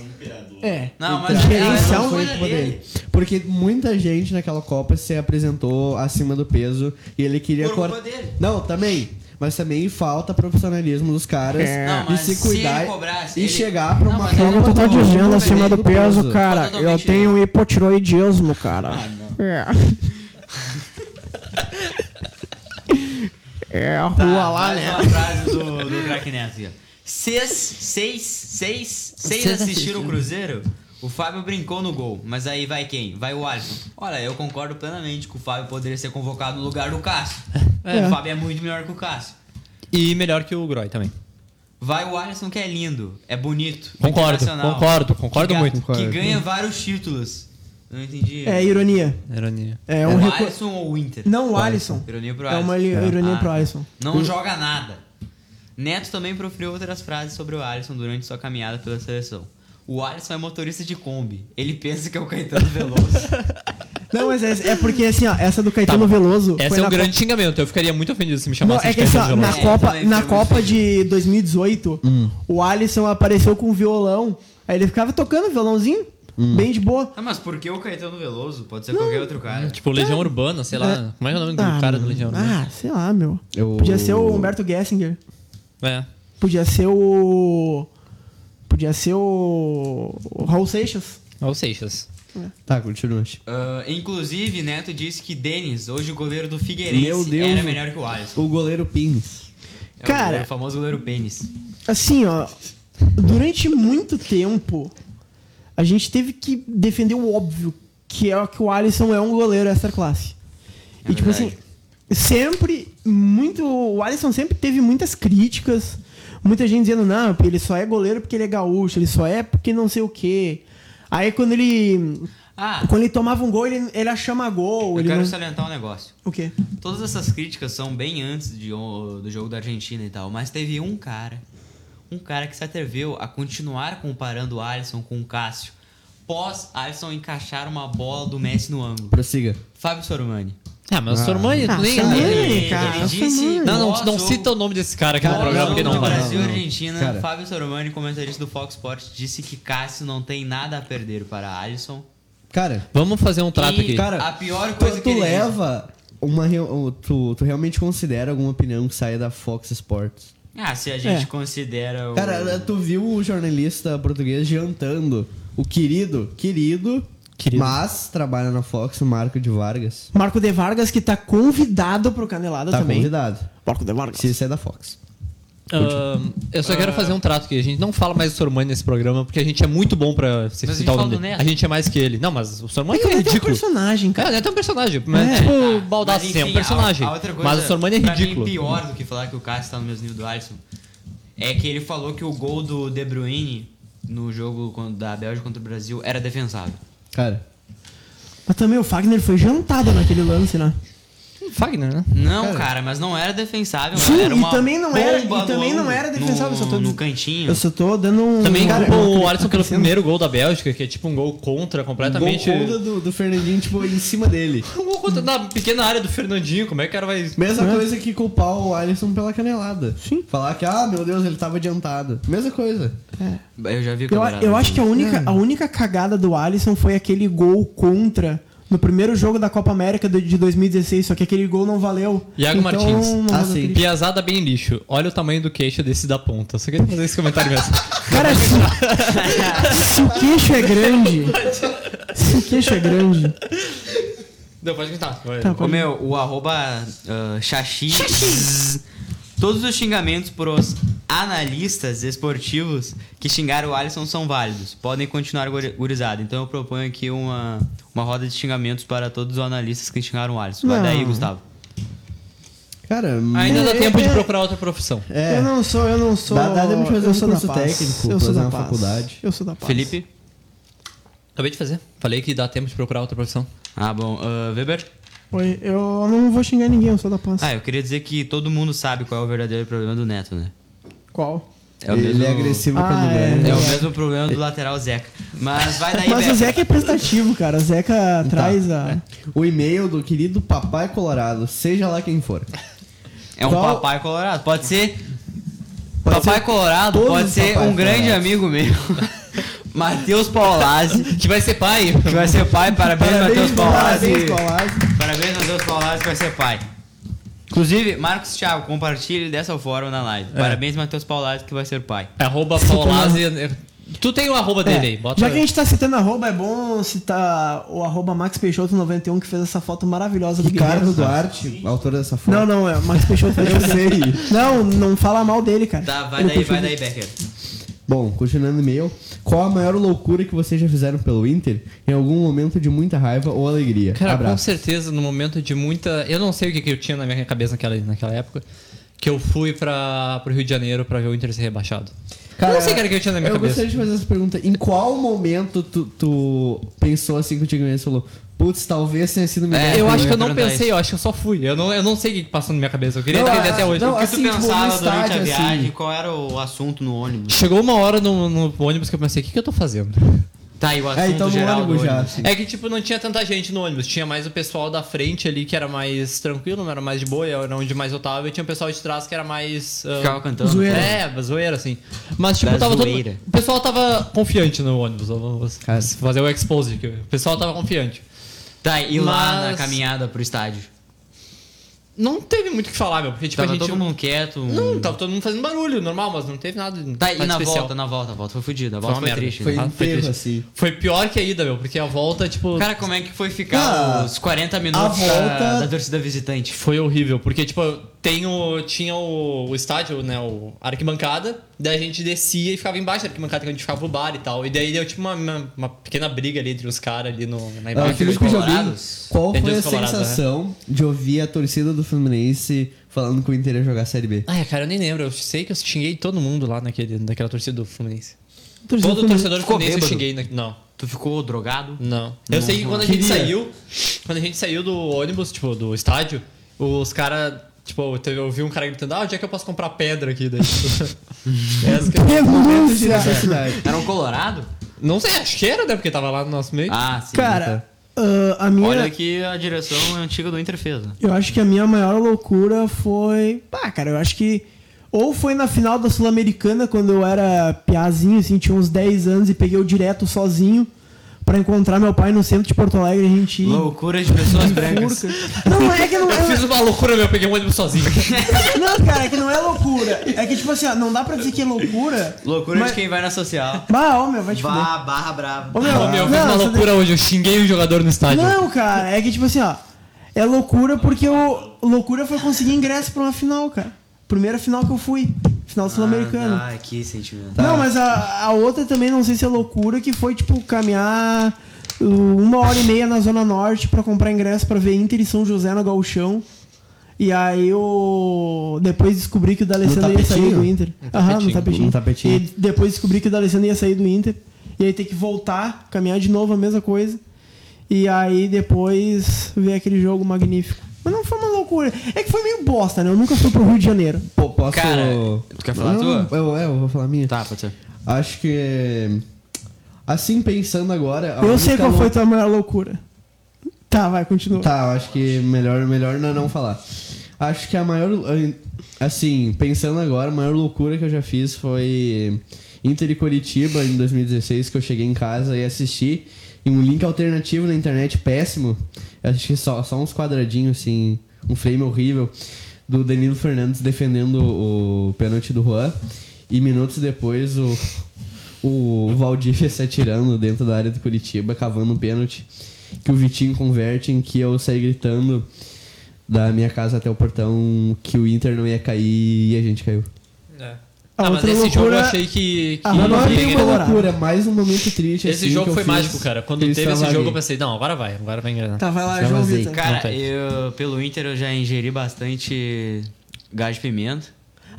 É. Não, mas Então, é, essa essa é uma foi coisa o poder dele. dele. Porque muita gente naquela Copa se apresentou acima do peso e ele queria Por culpa cor- dele. Não, também. Mas também falta profissionalismo dos caras É. Não, de mas se se cuidar ele cobrasse, e ele- chegar pra Não, tá uma mas ele- Copa tá Eu tô com o dizendo corpo acima do peso, cara. Totalmente Eu tenho um hipotiroidismo, cara. Ah, É. É a Tá, rua lá, mais né? uma frase do, do Crack Neto aqui, ó. Seis, seis, seis, seis assistiram o Cruzeiro? O Fábio brincou no gol, mas aí vai quem? Vai o Alisson. Olha, eu concordo plenamente que o Fábio poderia ser convocado no lugar do Cássio. O Fábio é muito melhor que o Cássio. E melhor que o Groy também. Vai o Alisson que é lindo, é bonito. Concordo, internacional, concordo, concordo que ga- muito. Concordo. Que ganha vários títulos. Não entendi. É ironia. Ironia. É o um reco... Alisson ou o Inter? Não, o Alisson. Ironia pro É Alisson. uma li- ironia Ah, pro tá. Alisson. Não joga nada. Neto também proferiu outras frases sobre o Alisson durante sua caminhada pela seleção. O Alisson é motorista de Kombi. Ele pensa que é o Caetano Veloso. Não, mas é, é porque assim, ó, essa do Tá Caetano Veloso. Esse foi é na um grande xingamento. Eu ficaria muito ofendido se me Não, chamasse é de que assim, ó, Caetano na Veloso. É, Copa, também na foi muito Copa feio. de 2018, Hum. o Alisson apareceu com um violão. Aí ele ficava tocando violãozinho, Hum. bem de boa. ah, mas por que o Caetano Veloso? Pode ser qualquer outro é cara. Tipo, Legião Urbana, sei lá. Como é que é o nome do cara do mano. Legião Urbana? Ah, sei lá, meu. Eu- Podia ser o Humberto Gessinger. É. Podia ser o. Podia ser o. o Raul Seixas. Olha É o Seixas. Tá, continua. Ah, inclusive, Neto disse que Denis, hoje o goleiro do Figueirense, Meu Deus. era melhor que o Alisson. O goleiro Pins. É o Cara. goleiro- o famoso goleiro pênis. Assim, ó. Durante muito tempo, a gente teve que defender o óbvio, que é que o Alisson é um goleiro extra-classe. É e, tipo verdade. assim, sempre, muito. O Alisson sempre teve muitas críticas. Muita gente dizendo, não, ele só é goleiro porque ele é gaúcho, ele só é porque não sei o quê. Aí quando ele. Ah, Quando ele tomava um gol, ele, ele achama gol. eu Ele quero não... salientar um negócio. O quê? Todas essas críticas são bem antes de o- do jogo da Argentina e tal, mas teve um cara, um cara que se atreveu a continuar comparando o Alisson com o Cássio pós Alisson encaixar uma bola do Messi no ângulo. Prossiga. Fábio Sormani. Ah, mas o Sormani, tu nem. Sormani, Ele- cara, ele disse Sormani. é. Não, não, pós não jogo- cita o nome desse cara aqui no Cara, programa, porque Jogo não do vai. Brasil e não. Argentina, Cara. Fábio Sormani, comentarista do Fox Sports, disse que Cássio não tem nada a perder para Alisson. Cara, Vamos fazer um trato E- aqui. cara, A pior tu- coisa tu, que ele leva uma reu- ou tu, tu realmente considera alguma opinião que saia da Fox Sports? Ah, se a gente É. considera o... Cara, tu viu o jornalista português jantando o querido, querido, Querido. mas trabalha na Fox, o Marco de Vargas. Marco de Vargas, que tá convidado pro Canelada Tá também. convidado. Marco de Vargas. Se isso é da Fox. Ahn, eu só quero fazer um trato aqui. A gente não fala mais do Sormani nesse programa, porque a gente é muito bom pra se Mas a gente citar o fala nome do dele. Neto. A gente é mais que ele. Não, mas o Sormani Porque é o Neto é um ridículo. personagem, cara. É, o Neto é um personagem. Mas, É. tipo, o Baldassi Tá. Mas, é um enfim, personagem. a- a outra coisa, mas o Sormani é pra mim, ridículo. pior do que falar que o Cássio tá no mesmo nível do Alisson é que ele falou que o gol do De Bruyne no jogo con- da Bélgica contra o Brasil era defensável. Cara, Mas também o Fagner foi jantado naquele lance, né? Fagner, né? Não, cara, mas não era defensável. Sim, era e uma também não era- bomba e no também não ângulo, era defensável, no, só tô no dizendo- cantinho. Eu só tô dando um. Também é cara, culpa eu- o Alisson pelo primeiro gol da Bélgica, que é tipo um gol contra completamente. Um gol contra do, do Fernandinho, tipo, em cima dele. Um gol contra na pequena área do Fernandinho. Como é que o cara vai. Mesma coisa que culpar o Alisson pela canelada. Sim. Falar que, ah, meu Deus, ele tava adiantado. Mesma coisa. É. Eu já vi Eu, camarada. eu acho que a É. única, a única cagada do Alisson foi aquele gol contra no primeiro jogo da Copa América do- de 2016, só que aquele gol não valeu. Então, Iago Martins. não Ah, valeu sim. aquele- Piazada bem lixo. Olha o tamanho do queixo desse da ponta. Só queria fazer esse comentário mesmo. Cara, se, se o queixo é grande. Se o queixo é grande. Não, pode gritar. Vai. Tá, Ô meu, o arroba ah, Xaxi. Todos os xingamentos pros analistas esportivos que xingaram o Alisson são válidos. Podem continuar guri- gurizada. Então eu proponho aqui uma, uma roda de xingamentos para todos os analistas que xingaram o Alisson. Vai Não. daí, Gustavo. Cara, Ainda dá É, tempo de é. procurar outra profissão. é. Eu não sou, eu não sou. Dá- dá tempo de fazer eu um sou da curso paz. técnico, eu sou fazer da uma paz. faculdade. Eu sou da paz. Felipe? Acabei de fazer. Falei que dá tempo de procurar outra profissão. Ah, bom. Ah, Weber? Oi, eu não vou xingar ninguém, eu sou da paz. Ah, eu queria dizer que todo mundo sabe qual é o verdadeiro problema do Neto, né? é. Qual? o ele mesmo- é agressivo Ah, quando é. ganha. É o mesmo problema do lateral Zeca. Mas vai daí, Mas o Beto. Zeca é prestativo, cara. O Tá. Zeca traz É. a. O e-mail do querido papai colorado, seja lá quem for. É um Qual- papai colorado. Pode ser. Pode papai ser colorado todos pode os ser papais um grande colorados. amigo meu. Matheus Paulazzi. Que vai ser pai. Que vai ser pai. Parabéns, Matheus Paulazzi. parabéns, Paulazzi. Parabéns, Matheus Paulazzi, que vai ser pai. Inclusive, Marcos Thiago, compartilhe dessa forma na live. É. Parabéns, Matheus Paulazzi, que vai ser pai. É Arroba Paulazzi. Tu tem o arroba dele aí. Bota Já que a gente tá citando arroba, é bom citar o arroba Max Peixoto 91 que fez essa foto maravilhosa do Ricardo Guilherme. Duarte, autor dessa foto. Não, não, é o Max Peixoto. Eu sei. Não, não fala mal dele, cara. Tá, vai Ele é daí, vai continua- daí, Becker. Bom, continuando o e-mail. Qual a maior loucura que vocês já fizeram pelo Inter em algum momento de muita raiva ou alegria? Cara, com Abraço. certeza, no momento de muita. Eu não sei o que, que eu tinha na minha cabeça naquela, naquela época. Que eu fui pra, pro Rio de Janeiro pra ver o Inter ser rebaixado. eu não sei, cara, o que eu tinha na minha eu cabeça. gostaria de fazer essa pergunta. Em qual momento tu, tu pensou assim que o Tiago Mendes falou, putz, talvez tenha sido melhor. É, eu acho que eu eu não ia perguntar pensei, eu acho que eu só fui. Eu não, eu não sei o que que passou na minha cabeça. Eu queria Não, entender ah, até hoje. não, o que assim, tu tipo, no pensava durante estádio, a viagem? assim. Qual era o assunto no ônibus? Chegou uma hora no, no ônibus que eu pensei, o que, que eu tô fazendo? Tá, e o assunto É, então no geral ônibus do já. ônibus. assim. É que, tipo, não tinha tanta gente no ônibus. Tinha mais o pessoal da frente ali que era mais tranquilo, era mais de boa, era onde mais eu tava. E tinha o pessoal de trás que era mais. ah, Ficava cantando. Zoeira. É, zoeira, assim. Mas, tipo, Da tava todo... zoeira. O pessoal tava confiante no ônibus. Eu vou Cara. fazer o expose aqui. O pessoal tava confiante. Tá, e lá na Mas- caminhada pro estádio? Não teve muito o que falar, meu, porque, tipo, Tava a gente. todo mundo quieto. um- Não, tava todo mundo fazendo barulho, normal, mas não teve nada. Tá, nada e na especial. volta, na volta, a volta foi fodida. A Foi volta uma foi, merda. triste. Foi né? Ah, foi enterro, triste. assim. Foi pior que a ida, meu, porque a volta, tipo. Cara, como é que foi ficar Ah, os 40 minutos a da- volta- da, torcida visitante? Foi horrível, porque, tipo, tem o- tinha o, o estádio, né, o a arquibancada, daí a gente descia e ficava embaixo da arquibancada, que a gente ficava o bar e tal. E daí deu, tipo, uma, uma, uma pequena briga ali entre os caras ali no, na Ah, embaixo. aquele- Felipe dos Jobim, colorados? qual Tem foi a dos né? colorados, sensação de ouvir a torcida do Fluminense falando que o Ah, é, Inter ia jogar Série B? Ai, cara, eu nem lembro, eu sei que eu xinguei todo mundo lá naquele, naquela torcida do Fluminense. Torcedor Todo torcedor Ficou fluminense eu bêbado. xinguei. na- Não, Tu ficou drogado? não. Eu sei que quando a gente saiu, quando a gente saiu do ônibus, tipo, do estádio, os caras, tipo, teve- eu ouvi um cara gritando, ah, onde é que eu posso comprar pedra aqui? Daí, tipo, essa que- Denúncia! Era um colorado? Não sei, acho que era, né? Porque tava lá no nosso meio. Ah, sim. Cara, ah, a minha. Olha que a direção é antiga do Inter fez. né? Eu acho que a minha maior loucura foi. Pá, cara, eu acho que. Ou foi na final da Sul-Americana, quando eu era piazinho, assim, tinha uns 10 anos e peguei o direto sozinho pra encontrar meu pai no centro de Porto Alegre, a gente. ia em Loucura de pessoas brancas. furca. Não, é que não. Eu fiz uma loucura, meu, eu peguei um ônibus sozinho. Não, cara, é que não é loucura. É que, tipo assim, ó, não dá pra dizer que é loucura. Loucura Mas- de quem vai na social. Bah, ó, meu, vai te fuder. Vá, barra brava. Ô, meu, Ô, meu, eu fiz não, uma você loucura hoje, eu xinguei o jogador no estádio. Não, cara, é que tipo assim, ó. É loucura porque eu. Loucura foi conseguir ingresso pra uma final, cara. Primeira final que eu fui. Final tá. sul-americana. Ah, que Tá. sentimento. Não, mas a, a outra também não sei se é loucura, que foi, tipo, caminhar uh, uma hora e meia na Zona Norte pra comprar ingresso pra ver Inter e São José no Galchão. E aí eu depois descobri que o D'Alessandro ia sair tapetinho? do Inter. Aham, no tapetinho. No tapetinho. E depois descobri que o D'Alessandro ia sair do Inter. E aí ter que voltar, caminhar de novo, a mesma coisa. E aí depois ver aquele jogo magnífico. Mas não foi uma loucura. É que foi meio bosta, né? Eu nunca fui pro Rio de Janeiro. Pô, posso. Cara, tu quer falar a não, tua? Eu, é, eu vou falar a minha. Tá, pode ser. Acho que. é, Assim, pensando agora. a eu sei única qual foi lou- tua maior loucura. Tá, vai, continua. Tá, eu acho que melhor, melhor não, não falar. Acho que a maior. Assim, pensando agora, a maior loucura que eu já fiz foi Inter e Curitiba em 2016, que eu cheguei em casa e assisti em um link alternativo na internet péssimo. Eu Acho que só, só uns quadradinhos, assim, um frame horrível, do Danilo Fernandes defendendo o pênalti do Juan. E minutos depois o, o Valdívia se atirando dentro da área do Curitiba, cavando um pênalti que o Vitinho converte em que eu saí gritando da minha casa até o portão que o Inter não ia cair e a gente caiu. É. A Ah, mas outra esse jogo eu loucura- achei que. que Ah, Mas mas não é que- bem uma Colorado. loucura, mais um momento triste. Esse assim, que jogo eu foi fiz, mágico, cara. Quando que eu teve esse extravasei. jogo, eu pensei, não, agora vai, agora vai engrenar. Tá, vai lá, Já João vazei. Vitor. Não Cara, tem. eu, pelo Inter eu já ingeri bastante gás de pimenta.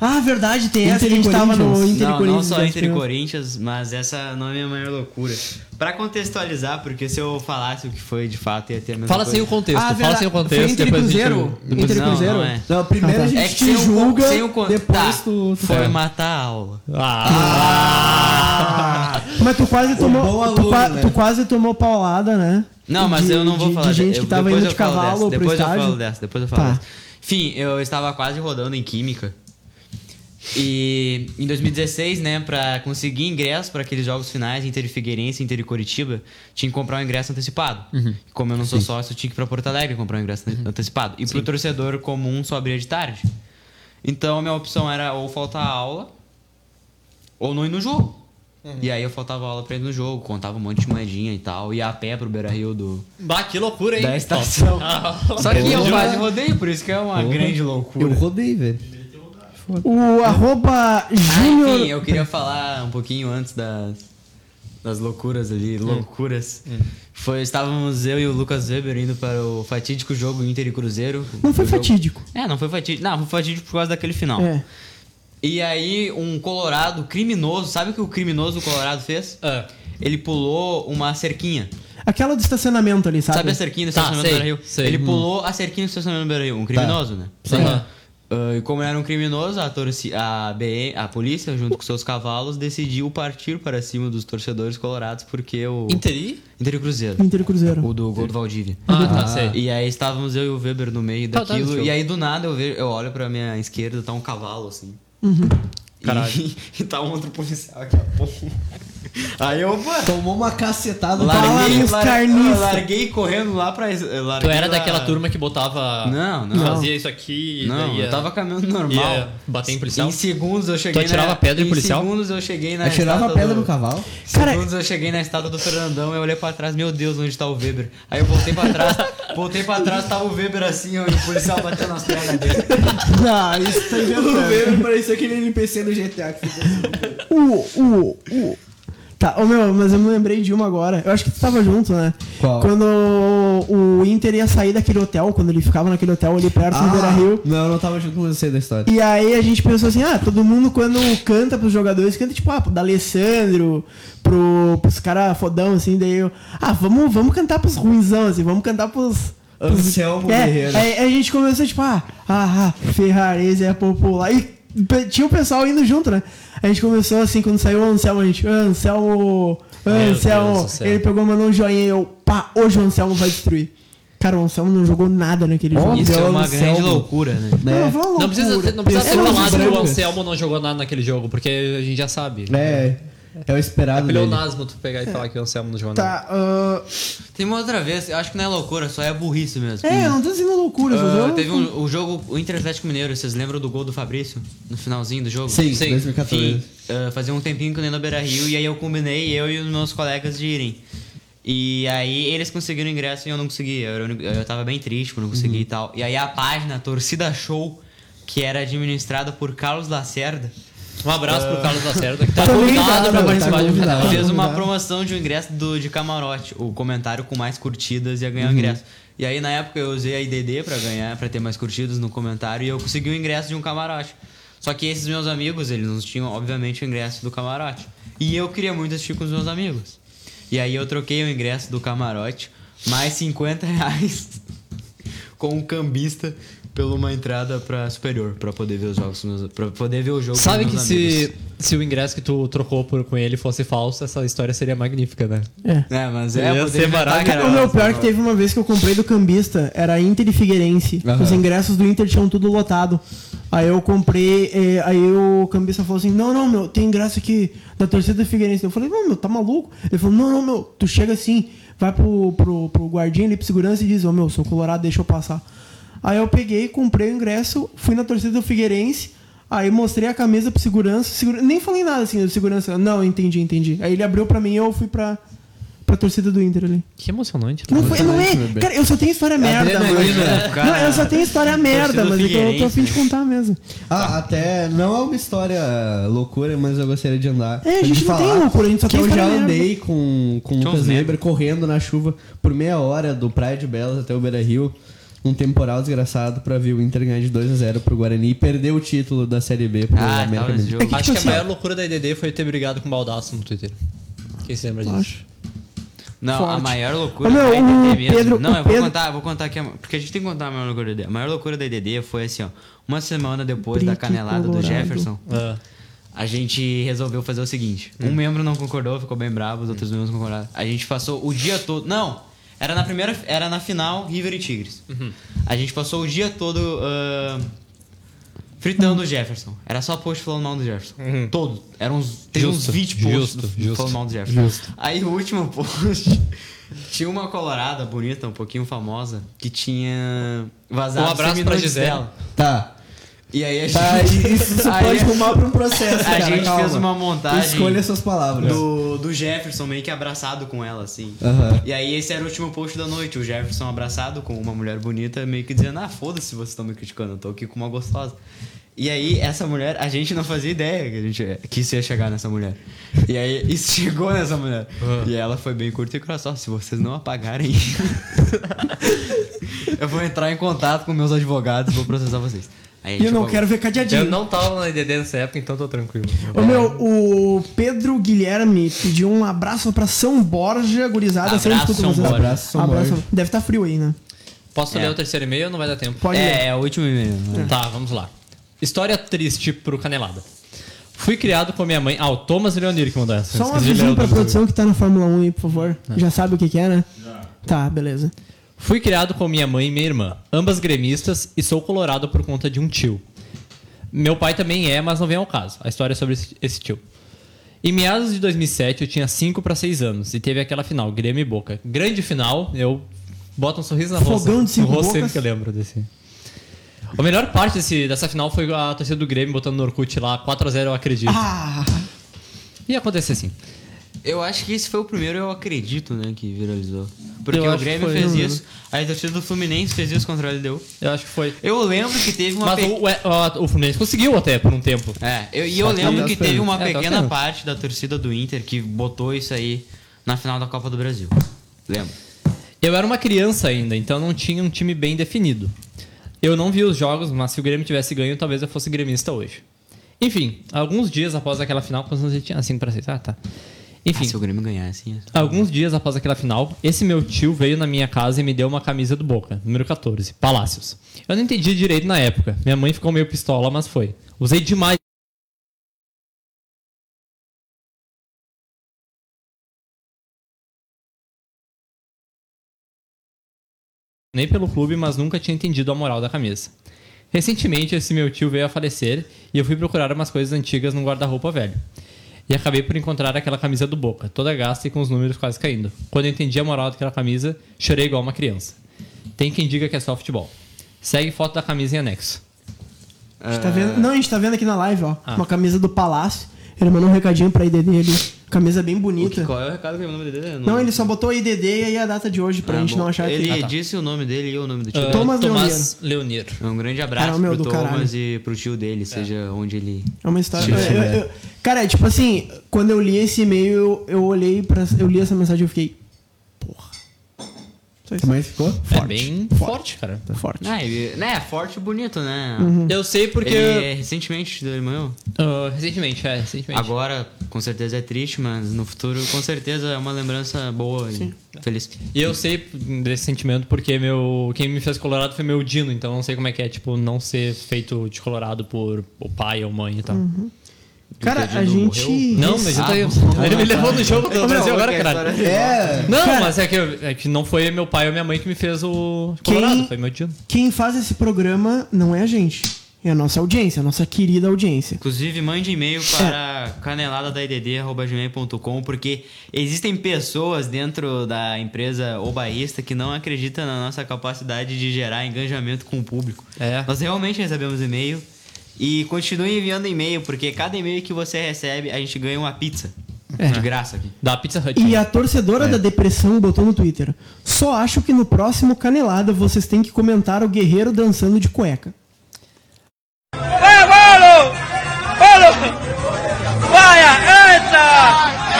Ah, verdade, tem essa Inter que a gente e tava no Corinthians. Inter e não, não Corinthians. né, só das Inter e primeiras. Corinthians, mas essa não é a minha maior loucura. Pra contextualizar, porque se eu falasse o que foi de fato, ia ter a mesma Fala coisa. sem o contexto, Ah, fala verdade. sem o contexto. Foi Inter e depois a gente- Cruzeiro? depois- Inter e Não, Cruzeiro? não é. Não, Ah, primeiro a tá. gente É que te sem o con- julga, sem o con- depois tá. tu... tu Foi fala. matar a aula. Ah! Mas tu quase tomou. bom tu aluno, qua- né? tu quase tomou paulada, né? Não, mas De- eu não vou de, falar de gente eu- que tava depois indo eu de falo dessa, cavalo pro Depois eu falo estádio. dessa, depois eu falo Tá. dessa. Enfim, eu estava quase rodando em Química. E em 2016, né, pra conseguir ingresso pra aqueles jogos finais, Inter e Figueirense, Inter e Curitiba, tinha que comprar um ingresso antecipado. Uhum. Como eu não sou sócio, eu tinha que ir pra Porto Alegre comprar um ingresso ante- antecipado. E pro torcedor comum só abria de tarde. Então a minha opção era ou faltar a aula, ou não ir no jogo. E aí eu faltava aula pra ir no jogo, contava um monte de moedinha e tal, ia a pé pro Beira Rio do, Bah, que loucura, hein? Ah. da estação. Só que eu Boa. quase rodei, por isso que é uma grande loucura. Eu rodei, velho. O arroba Ah, Júnior. enfim, eu queria falar um pouquinho antes das, das loucuras ali, loucuras. Foi, estávamos eu e o Lucas Weber indo para o fatídico jogo Inter e Cruzeiro. Não foi O jogo- fatídico. É, não foi fatídico. Não, foi fatídico por causa daquele final. É. E aí, um colorado criminoso, sabe o que o criminoso do colorado fez? Ah. Ele pulou uma cerquinha. Aquela do estacionamento ali, sabe? Sabe a cerquinha do Tá, estacionamento sei, do Beira-Rio? sei. Ele Hum. pulou a cerquinha do estacionamento do Beira-Rio. Um criminoso, né? Sim. Aham. Ah, e como era um criminoso, a, torci- a, BE a polícia, junto com seus cavalos, decidiu partir para cima dos torcedores colorados porque o... Interi? Inter e Cruzeiro. Inter e Cruzeiro. O do gol do Valdívia. Ah, tá, sei. E aí estávamos eu e o Weber no meio Tá, tá, daquilo. deixa eu- e aí do nada eu, vejo, eu olho pra minha esquerda, tá um cavalo assim. Uhum. E- Caralho. E, tá um outro policial aqui a pouco. Aí eu, opa! Tomou uma cacetada. Fala Larguei, nos lar- carniça. larguei correndo lá pra. larguei Tu era lá- daquela turma que botava. Não, não. Fazia isso aqui. e Não, daí eu ia- tava caminhando normal. ia bater em policial? Em segundos eu cheguei. Tu atirava na- pedra em policial? Em segundos eu cheguei na. Eu tirava a estátua pedra É, do- do cavalo. Em Cara- segundos eu cheguei na estátua do Fernandão, eu olhei pra trás, meu Deus, onde tá o Weber? Aí eu voltei pra trás, voltei pra trás, tava o Weber assim, ó, e o policial bateu nas pernas dele. Ah, isso tá inventando. Weber parecia aquele NPC do GTA. o, o, o. Tá, ô meu, mas eu me lembrei de uma agora. Eu acho que tu tava junto, né? Qual? Quando o Inter ia sair daquele hotel, quando ele ficava naquele hotel ali perto do Beira Rio. Ah. Não, eu não tava junto com você da história. E aí a gente pensou assim, ah, todo mundo quando canta pros jogadores, canta tipo, ah, pro D'Alessandro, pro, pros caras fodão, assim, daí eu, ah, vamos, vamos cantar pros ruinzão, assim, vamos cantar pros... pros É, Anselmo Guerreiro. aí a gente começou tipo, ah, ah, ah Ferrares é popular, e pe- tinha o pessoal indo junto, né? A gente começou assim, quando saiu o Anselmo, a gente, Anselmo, Meu Anselmo, Deus do céu. ele pegou, mandou um joinha e eu, pá, hoje o Anselmo vai destruir. Cara, o Anselmo não jogou nada naquele jogo. Isso é Deus uma do grande céu, loucura, né? Não, foi uma Não precisa, loucura. ter- não precisa ser Pessoas falado que é o brancas. Anselmo não jogou nada naquele jogo, porque a gente já sabe. Né? É, é o É esperado dele. pleonasmo tu pegar e falar que o Anselmo não jogou nada. Tá, ahn, Tem uma outra vez, eu acho que não é loucura, só é burrice mesmo. é, eu não tô dizendo loucura, só Ah, tô- teve um, o jogo, o Inter Atlético Mineiro, vocês lembram do gol do Fabrício? No finalzinho do jogo? Sim, 2014. Enfim, ah, fazia um tempinho que eu nem no Beira Rio e aí eu combinei eu e os meus colegas de irem. E aí eles conseguiram ingresso e eu não consegui. Eu, era o único- eu tava bem triste quando eu consegui e tal. E aí a página, Torcida Show, que era administrada por Carlos Lacerda, Um abraço pro Carlos Lacerda, que tá Também convidado tá, pra não, tá participar de um convidado. fez uma convidado. promoção de um ingresso do, de camarote. O comentário com mais curtidas ia Uhum. ganhar o ingresso. E aí, na época, eu usei a IDD pra ganhar, pra ter mais curtidas no comentário. E eu consegui o ingresso de um camarote. Só que esses meus amigos, eles não tinham, obviamente, o ingresso do camarote. E eu queria muito assistir com os meus amigos. E aí, eu troquei o ingresso do camarote, mais 50 reais, com um cambista, pela uma entrada pra superior, pra poder ver os jogos. com os meus- Pra poder ver o jogo com Sabe os que meus se, amigos. se o ingresso que tu trocou por, com ele fosse falso, essa história seria magnífica, né? É, mas é, Ia poder ser inventar, cara. maravilhoso. O meu pior é que teve uma vez que eu comprei do cambista, era Inter e Figueirense. Os ingressos do Inter tinham tudo lotado. Aí eu comprei, eh, aí o cambista falou assim: Não, não, meu, tem ingresso aqui da torcida do Figueirense. Eu falei: Não, meu, tá maluco? Ele falou: Não, não, meu, tu chega assim, vai pro, pro, pro guardinha ali pro segurança e diz: Ô meu, sou colorado, deixa eu passar. Aí eu peguei, comprei o ingresso, fui na torcida do Figueirense. Aí mostrei a camisa pro segurança, segura- nem falei nada assim do segurança. Não, entendi, entendi. Aí ele abriu pra mim e eu fui pra, pra torcida do Inter ali. Que emocionante. tá? Não, foi, não é. bebê. Cara, eu só tenho história merda, mano. né? Não, eu só tenho história merda, mas é que eu tô afim de contar mesmo. Ah, até não é uma história loucura, mas eu gostaria de andar. É, a gente De não tem falar loucura, a gente só que tem Eu já história andei com, com o Tinha uns Lucas merda. Weber correndo na chuva por meia hora do Praia de Belas até o Beira Rio. Um temporal desgraçado pra ver o Inter ganhar de 2x0 pro Guarani e perder o título da Série B pro Ah, América tava nesse Mineiro. jogo. Acho que a assim, maior loucura da IDD foi ter brigado com o Baldaço no Twitter. Quem se lembra disso? Não, a Forte. maior loucura Ô, meu, foi a o DDD mesmo. Pedro- não, o eu vou Pedro- contar, vou contar aqui. a- Porque a gente tem que contar a maior loucura da DDD. A maior loucura da DDD foi assim, ó. Uma semana depois da Brito canelada Colorado. do Jefferson, Ah, a gente resolveu fazer o seguinte. Um membro não concordou, ficou bem bravo, os outros membros concordaram. A gente passou o dia todo... Não! Era na primeira... Era na final, River e Tigres. A gente passou o dia todo... ah, Fritando o Jefferson. Era só post falando mal do Jefferson. Todo. Era uns, teve uns Justo, 20 posts justo, do- justo. falando mal do Jefferson. Aí o último post tinha uma colorada bonita, um pouquinho famosa, que tinha vazado Um abraço os seminudes pra Gisele. dela. Tá. E aí a gente, Tá, isso isso aí pode rumar pra um processo, a cara, gente calma. fez uma montagem Escolha suas palavras. do, do Jefferson meio que abraçado com ela, assim. Aham. E aí esse era o último post da noite, o Jefferson abraçado com uma mulher bonita, meio que dizendo, ah, foda-se vocês estão me criticando, eu tô aqui com uma gostosa. E aí, essa mulher, a gente não fazia ideia que, a gente, que isso ia chegar nessa mulher. E aí, isso chegou nessa mulher. E ela foi bem curta e grossa. "Ó, Se vocês não apagarem, eu vou entrar em contato com meus advogados e vou processar vocês. Aí a E eu gente não apagou. quero ver Eu cadeadinho. não tava na IDD nessa época, então tô tranquilo. Ô meu, o Pedro Guilherme pediu um abraço pra São Borja, gurizada. sei onde Abraço, tu tá São fazendo. Borja. Abraço, São Borja. Deve tá frio aí, né? Posso É. ler o terceiro e-mail ou não vai dar tempo? Pode ler. É, é o último e-mail. né? Tá, vamos lá. História triste pro Canelada. Fui criado com a minha mãe. Ah, o Thomas Leonir que mandou Tá essa. Só um Esqueci de ler né? avisinho o pra nome dele. produção que tá na Fórmula 1 aí, por favor. Ah. Já sabe o que que é, né? Tá, beleza. Fui criado com minha mãe e minha irmã, ambas gremistas, e sou colorado por conta de um tio. Meu pai também é, mas não vem ao caso. A história é sobre esse, esse tio. Em meados de 2007, eu tinha 5 para 6 anos e teve aquela final, Grêmio e Boca. Grande final, eu boto um sorriso na roça. Fogão de cinco no rosto bocas. sempre que eu lembro desse. A melhor parte desse- dessa final foi a torcida do Grêmio botando no Orkut lá, 4x0 eu acredito. Ah, E aconteceu assim. Eu acho que esse foi o primeiro, eu acredito, né, que viralizou. Porque Eu o acho que Grêmio foi. fez um Não isso, aí a torcida do Fluminense fez isso contra o LDU. Eu acho que foi. Eu lembro que teve uma. Mas pe- o, é, o, o Fluminense conseguiu até por um tempo. É, eu- e eu Só que lembro das um que teve pernas. tá uma É, das pequena pernas. parte da torcida do Inter que botou isso aí na final da Copa do Brasil. Lembro. Ah, Eu era uma criança ainda, então não tinha um time bem definido. Eu não vi os jogos, mas se o Grêmio tivesse ganho, talvez eu fosse gremista hoje. Enfim, alguns dias após aquela final, quantos anos eu tinha? 5 para 6, ah, tá. Enfim, Ah, se o Grêmio ganhar, assim. Ah, é- alguns dias após aquela final, esse meu tio veio na minha casa e me deu uma camisa do Boca, número 14, Palácios. Eu não entendi direito na época. Minha mãe ficou meio pistola, mas foi. Usei demais. nem pelo clube, mas nunca tinha entendido a moral da camisa. Recentemente, esse meu tio veio a falecer e eu fui procurar umas coisas antigas num guarda-roupa velho. E acabei por encontrar aquela camisa do Boca, toda gasta e com os números quase caindo. Quando eu entendi a moral daquela camisa, chorei igual uma criança. Tem quem diga que é só futebol. Segue foto da camisa em anexo. A É. gente tá vendo, não, a gente tá vendo aqui na live, ó. Ah. Uma camisa do Palácio. Ele mandou um recadinho pra IDD ali. Camisa bem O que- bonita. qual é o recado que é o nome dele? Eu Não, ele só botou IDD e a data de hoje pra Ah, gente bom. não achar Ele que... tá. disse o nome dele e o nome do tio Ah, dele. Thomas Leonir. Um grande abraço Cara, o meu pro do Thomas e pro tio dele, seja onde ele. É uma história... Sim, sim, eu- é. eu- cara, é tipo assim, quando eu li esse e-mail, eu, eu olhei pra... Eu li essa mensagem e eu fiquei... Porra. Só isso. é Como é que ficou? É bem forte cara. Forte. Ah, ele, né, forte e bonito, né? Uhum. Eu sei porque. Ele é recentemente do irmão. Ah, recentemente, é, recentemente. Agora, com certeza é triste, mas no futuro, com certeza é uma lembrança boa e feliz. E eu sei desse sentimento porque meu quem me fez colorado foi meu Dino, então eu não sei como é que é, tipo, não ser feito de colorado por o pai ou mãe e tal. Uhum. Cara, Porque a Dino gente... Não, mas eu Ah, tô- bom. ele tá me levou no jogo do Brasil agora, ok, caralho. É! Não, mas é que, eu- é que não foi meu pai ou minha mãe que me fez o colorado, Quem- foi meu Dino. Quem faz esse programa não é a gente. É a nossa audiência, a nossa querida audiência. Inclusive, mande e-mail para caneladadaidd.gmail.com porque existem pessoas dentro da empresa obaísta que não acreditam na nossa capacidade de gerar engajamento com o público. É. Nós realmente recebemos e-mail e continue enviando e-mail, porque cada e-mail que você recebe, a gente ganha uma pizza. De graça aqui. Da Pizza Hut. E a É. torcedora da depressão botou no Twitter. Só acho que no próximo Canelada vocês têm que comentar o guerreiro dançando de cueca. Vai, Paulo! Paulo! Vai, entra!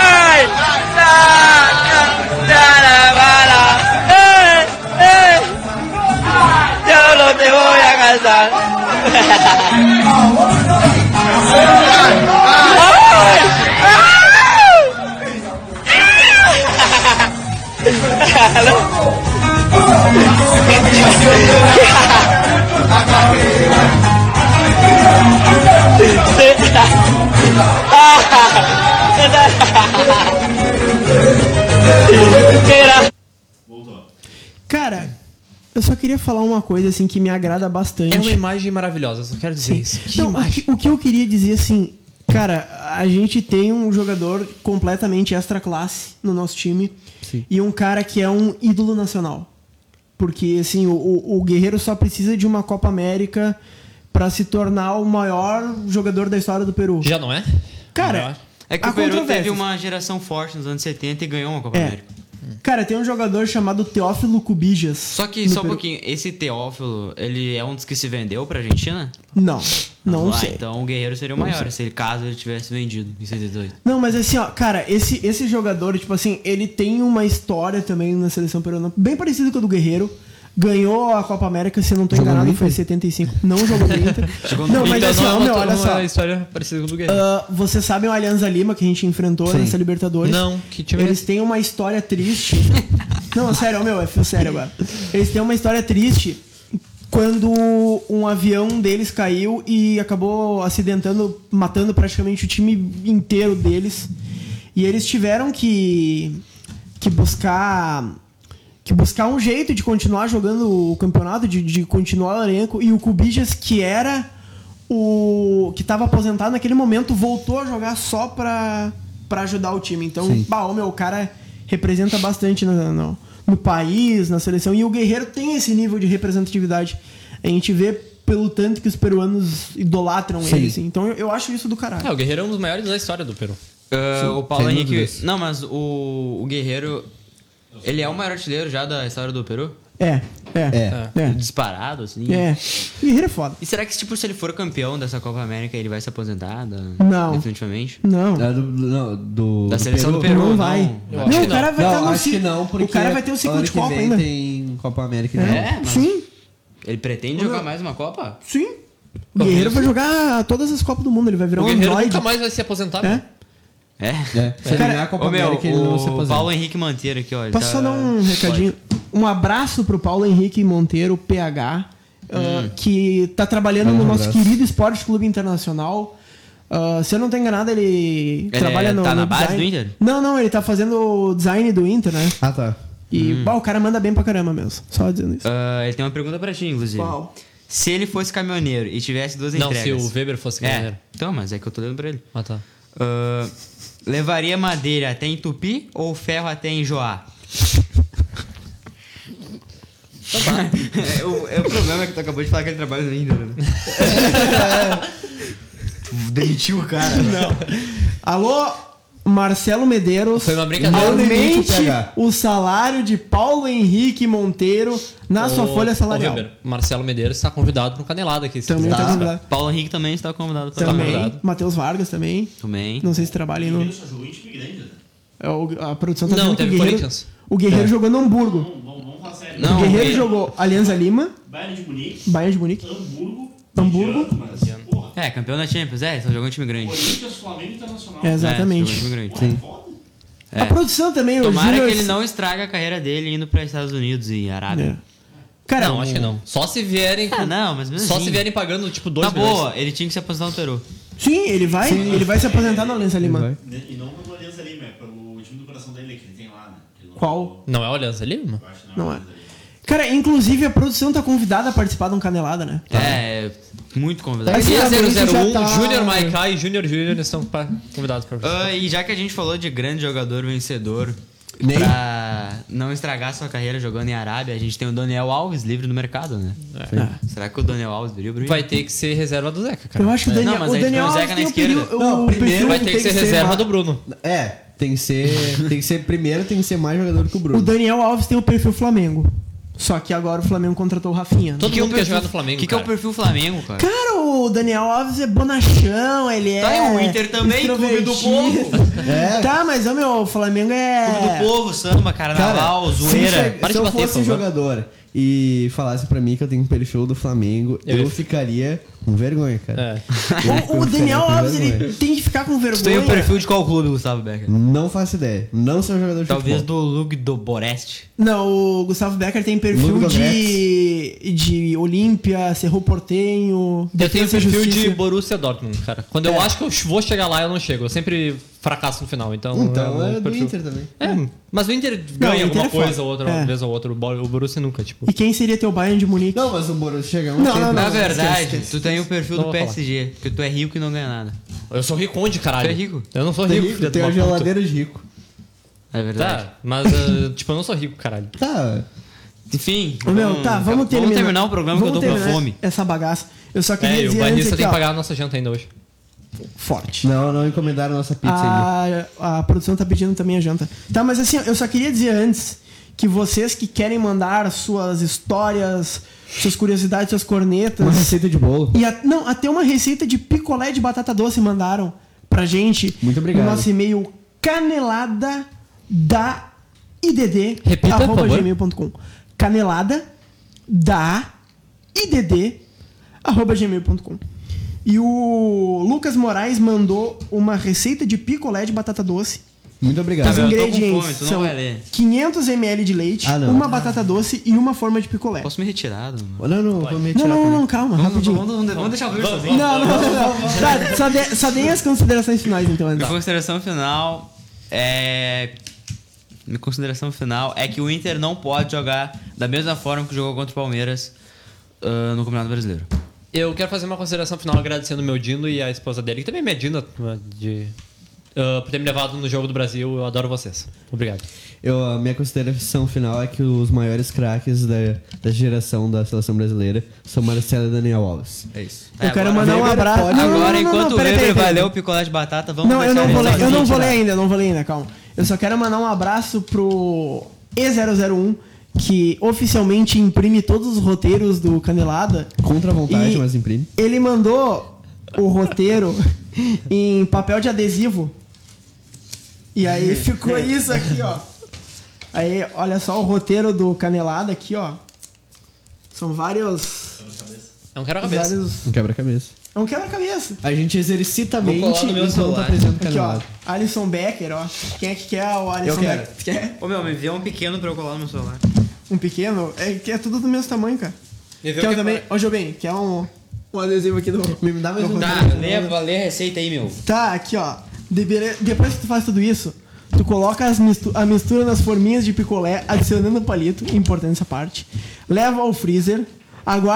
Ai! Taca! Taravara! Ei! Ei! Eu não te voy a casar! Cara, eu só queria falar uma coisa assim que me agrada bastante. É uma imagem maravilhosa, só quero dizer isso. Não, o, que, o que eu queria dizer assim, cara, a gente tem um jogador completamente extra classe no nosso time e um cara que é um ídolo nacional. Porque assim, o, o- o Guerreiro só precisa de uma Copa América pra se tornar o maior jogador da história do Peru. Já não é? Cara, É que há o Peru teve controvérsias. uma geração forte nos anos 70 e ganhou uma Copa É. América. Cara, tem um jogador chamado Teófilo Cubijas. Só que, no só um Peru. pouquinho, esse Teófilo, ele é um dos que se vendeu pra Argentina? Não, não Ah, sei. Então o Guerreiro seria o maior, se ele, caso ele tivesse vendido em 78. Não, mas assim, ó, cara, esse, esse jogador, tipo assim, ele tem uma história também na seleção peruana, bem parecida com a do Guerreiro. Ganhou a Copa América, se eu não tô enganado, foi 75. Não jogou no Inter. não, mas Então assim, não ó, é uma, meu, olha uma só. história parecida com o do Guerreiro. Ah, vocês sabem o Alianza Lima que a gente enfrentou nessa Libertadores? Não, que time é Eles têm uma história triste. Não, sério, meu, é sério agora. Eles têm uma história triste quando um avião deles caiu e acabou acidentando, matando praticamente o time inteiro deles. E eles tiveram que que buscar que buscar um jeito de continuar jogando o campeonato, de, de continuar o elenco. E o Cubijas, que era o que estava aposentado naquele momento, voltou a jogar só pra, pra ajudar o time. Então, bah, ô, meu, o cara representa bastante no, no, no país, na seleção. E o Guerreiro tem esse nível de representatividade. A gente vê pelo tanto que os peruanos idolatram ele. assim. Então, eu, eu acho isso do caralho. É, o Guerreiro é um É, dos maiores da história do Peru. o Paulo sem Henrique. dúvidas. Não, mas o, o Guerreiro. Ele é o maior artilheiro já da história do Peru? É, é. É. É. Disparado, assim. É. Guerreiro é foda. E será que, tipo, se ele for campeão dessa Copa América, ele vai se aposentar? da- Não. Definitivamente? Não. Da, do, não, do, Da do seleção do Peru. Não não. vai. Eu Não, acho que o cara não. vai estar não, no acho que ciclo. não, porque O cara vai ter o ciclo ano de que Copa vem ainda. tem Copa América. É. né? É, mas- Sim, Ele pretende jogar mais uma Copa? sim. O Guerreiro vai jogar todas as Copas do Mundo, ele vai virar O um Guerreiro androide. nunca mais vai se aposentar. É. né? É. É. Se ele Cara, ganhar a Copa Ô, meu, América, ele não se o aposenta. Paulo Henrique Manteiro aqui, ó. ele Posso tá- só dar um recadinho? Um abraço pro Paulo Henrique Monteiro, PH, ah, que tá trabalhando no Um nosso abraço. querido Esporte Clube Internacional. Ah, se eu não tô enganado, ele, trabalha no. tá na no base design. do Inter? Não, não, ele tá fazendo o design do Inter, né? Ah, tá. E bah, o cara manda bem pra caramba mesmo. Só dizendo isso. Ah, ele tem uma pergunta pra ti, inclusive. Qual? Se ele fosse caminhoneiro e tivesse duas Não, entregas... se o Weber fosse É, caminhoneiro. então, mas é que eu tô dando pra ele. Ah, tá. Ah, levaria madeira até em Tupi ou ferro até em Joá? o, é, o problema é que tu acabou de falar que ele trabalha no Inter, né? Demitiu o cara. né? Alô, Marcelo Medeiros. Foi uma brincadeira. Aumente Não, PH. o salário de Paulo Henrique Monteiro na Ah, sua Ô, folha é salarial. ô, Weber, Marcelo Medeiros está convidado para um canelada aqui. se Também quiser tá participar. convidado. Paulo Henrique também está convidado Tá pra Também. convidado. Matheus Vargas também. Também. Não sei se trabalha aí no. né? É, o- A produção tá Não, dizendo que o teve Guerreiro, Corinthians. o Guerreiro jogou no Hamburgo. Vamos, vamos falar sério. Não, o É. Guerreiro ele- jogou Alianza Lima, Bayern de Munique, Bayern de Munique, Hamburgo, Hamburgo. mas, porra, É, campeão da Champions, é, só jogou em time grande. Corinthians, Flamengo e Internacional. É, É, só exatamente. jogou em time grande. Foda. É. A produção também, o Tomara Júnior- que ele não estraga a carreira dele indo pra Estados Unidos e É. Arábia. Cara, tá. Não, acho que não. Só se vierem. Ah, não, mas mesmo É. Só assim, se vierem pagando, tipo, dois Tá milhões. boa, ele tinha que se aposentar no Peru. Sim, ele vai, ele vai se aposentar na Alianza Lima. vai. Né, E não pelo Aliança Lima, é pelo time do coração dele que ele tem lá, né? Que ele não- Qual? Não é Aliança Lima? Eu acho que Não é. Alianza Lima. Cara, inclusive a produção tá convidada a participar de um canelada, né? Tá. É, muito convidado. Vai ser Mas geralmente já 001, tá- Júnior Maikai um, e Júnior Júnior estão pa- convidados para Ah, e já que a gente falou de grande jogador vencedor, Ney? pra não estragar sua carreira jogando em Arábia, a gente tem o Daniel Alves livre no mercado, né? Será que o Daniel Alves viria pro É. Vai ter que ser reserva do Zeca, cara. Eu acho que o Não, Daniel, mas o aí Daniel tem o Zeca Alves na tem o esquerda. perfil- Não, o primeiro perfil Vai ter que ser reserva do Bruno. É, tem que ser. tem que ser primeiro, tem que ser mais jogador que o Bruno. O Daniel Alves tem o perfil Flamengo. Só que agora o Flamengo contratou o Rafinha. né? Todo Que que é o mundo quer perfil- jogar no um Flamengo, O que, que é o cara. perfil Flamengo, cara? Cara, o Daniel Alves é bonachão, ele Tá, é. e o Inter também, clube do extrovertido. É. Tá, mas ô, meu, o Flamengo Clube é. do povo, samba, carnaval, se zoeira. che- Para se de eu bater, fosse por favor. jogador e falasse pra mim que eu tenho um perfil do Flamengo, eu, Eu ia- ficaria com vergonha, cara. É. O, o Daniel Cara, Alves, vergonha. ele tem que ficar com vergonha. Tu tem é o perfil de qual clube, Gustavo Becker? Não faço ideia. Não sou jogador de Talvez futebol. do Lug do Boreste. Não, o Gustavo Becker tem perfil Ludo de. de Olímpia, Cerro Portenho. Eu tenho Defensa e perfil de Justiça. Borussia Dortmund, cara. Quando eu acho que eu vou chegar lá, eu não chego. Eu sempre fracasso no final, então... Então um é do perfil- Inter também. É, mas o Inter ganha o Inter alguma é foda. coisa ou outra, uma É. vez ou outra. O Bor- o Borussia nunca, tipo... E quem seria teu Bayern de Munique? Não, mas o Borussia chega um Não, não, não. Na verdade, esquece, esquece, tu tem o perfil Não do vou falar. PSG, porque tu é rico e não ganha nada. Eu sou riconde, caralho. Tu é rico? Eu não sou Tem, rico, rico, filha de tem uma a puta. geladeira de rico. É verdade. Tá, mas, eh, tipo, eu não sou rico, caralho. Tá. Enfim. Ô, Meu, tá, vamos terminar. Hum, Vamos terminar o programa Vamos que eu tô com terminar fome. Essa bagaça. Eu só queria É, e o dizer antes barrista aqui, tem que ó, pagar a nossa janta ainda hoje. forte. Não, não encomendaram nossa pizza ainda. Ah. A, a produção tá pedindo também a janta. Tá, mas assim, ó, eu só queria dizer antes que vocês que querem mandar suas histórias, suas curiosidades, suas cornetas. Uma receita de bolo. E a- não, até uma receita de picolé de batata doce mandaram pra gente. Muito obrigado. No nosso e-mail canelada da idd Repita, arroba por favor. gmail.com. Canelada da idd arroba gmail.com. E o Lucas Moraes mandou uma receita de picolé de batata doce. Muito obrigado. Os Tá, eu tô com ingredientes fome, tu não são vai ler. 500 ml de leite, Ah, não. uma batata doce e uma forma de picolé. Posso me retirar? Mano? Não, não, vou me Não, retirar. não, também. não, calma, rapidinho. vamos deixar o Bruno sozinho. Não, não, não. não. Tá, só, de, só deem as considerações finais, então, André. Minha Tá. consideração final é. Minha consideração final é que o Inter não pode jogar da mesma forma que jogou contra o Palmeiras ah, no Campeonato Brasileiro. Eu quero fazer uma consideração final agradecendo o meu Dino e a esposa dele, que também é minha Dina, de, ah, por ter me levado no Jogo do Brasil. Eu adoro vocês. Obrigado. Eu, a minha consideração final é que os maiores craques da, da geração da seleção brasileira são Marcelo e Daniel Alves. É isso. Eu quero mandar um Weber abraço. pode- Não, não, não, Agora, não, enquanto não, o peraí, Weber peraí, peraí. valeu o picolé de batata, vamos Não, eu deixar não ele né? vou ler, sozinho. eu não vou ler ainda, eu não vou ler ainda, calma. Eu só quero mandar um abraço pro e 001, que oficialmente imprime todos os roteiros do Canelada. Contra a vontade, E mas imprime. Ele mandou o roteiro em papel de adesivo. E aí ficou isso aqui, ó. Aí, olha só o roteiro do Canelada aqui, ó. São vários. É um quebra-cabeça. vários Um quebra-cabeça. é um quebra-cabeça. A gente exercita a Vou mente colar no meu enquanto celular. apresenta o Aqui, ó. canal. Alisson Becker, ó. Quem é que quer o Alisson Eu quero. Becker? Tu quer? Ô meu, me envia um pequeno pra eu colar no meu celular. Um pequeno? É que é tudo do mesmo tamanho, cara. Nível Quer que também? é? Ô, Jobim, quer um, um adesivo aqui do. Me dá mais um. Tá, é leva, lê a receita aí, meu. Tá, aqui ó. Debere- Depois que tu faz tudo isso, tu coloca as mistu- a mistura nas forminhas de picolé, adicionando o palito, importante essa parte. Leva ao freezer, aguarda.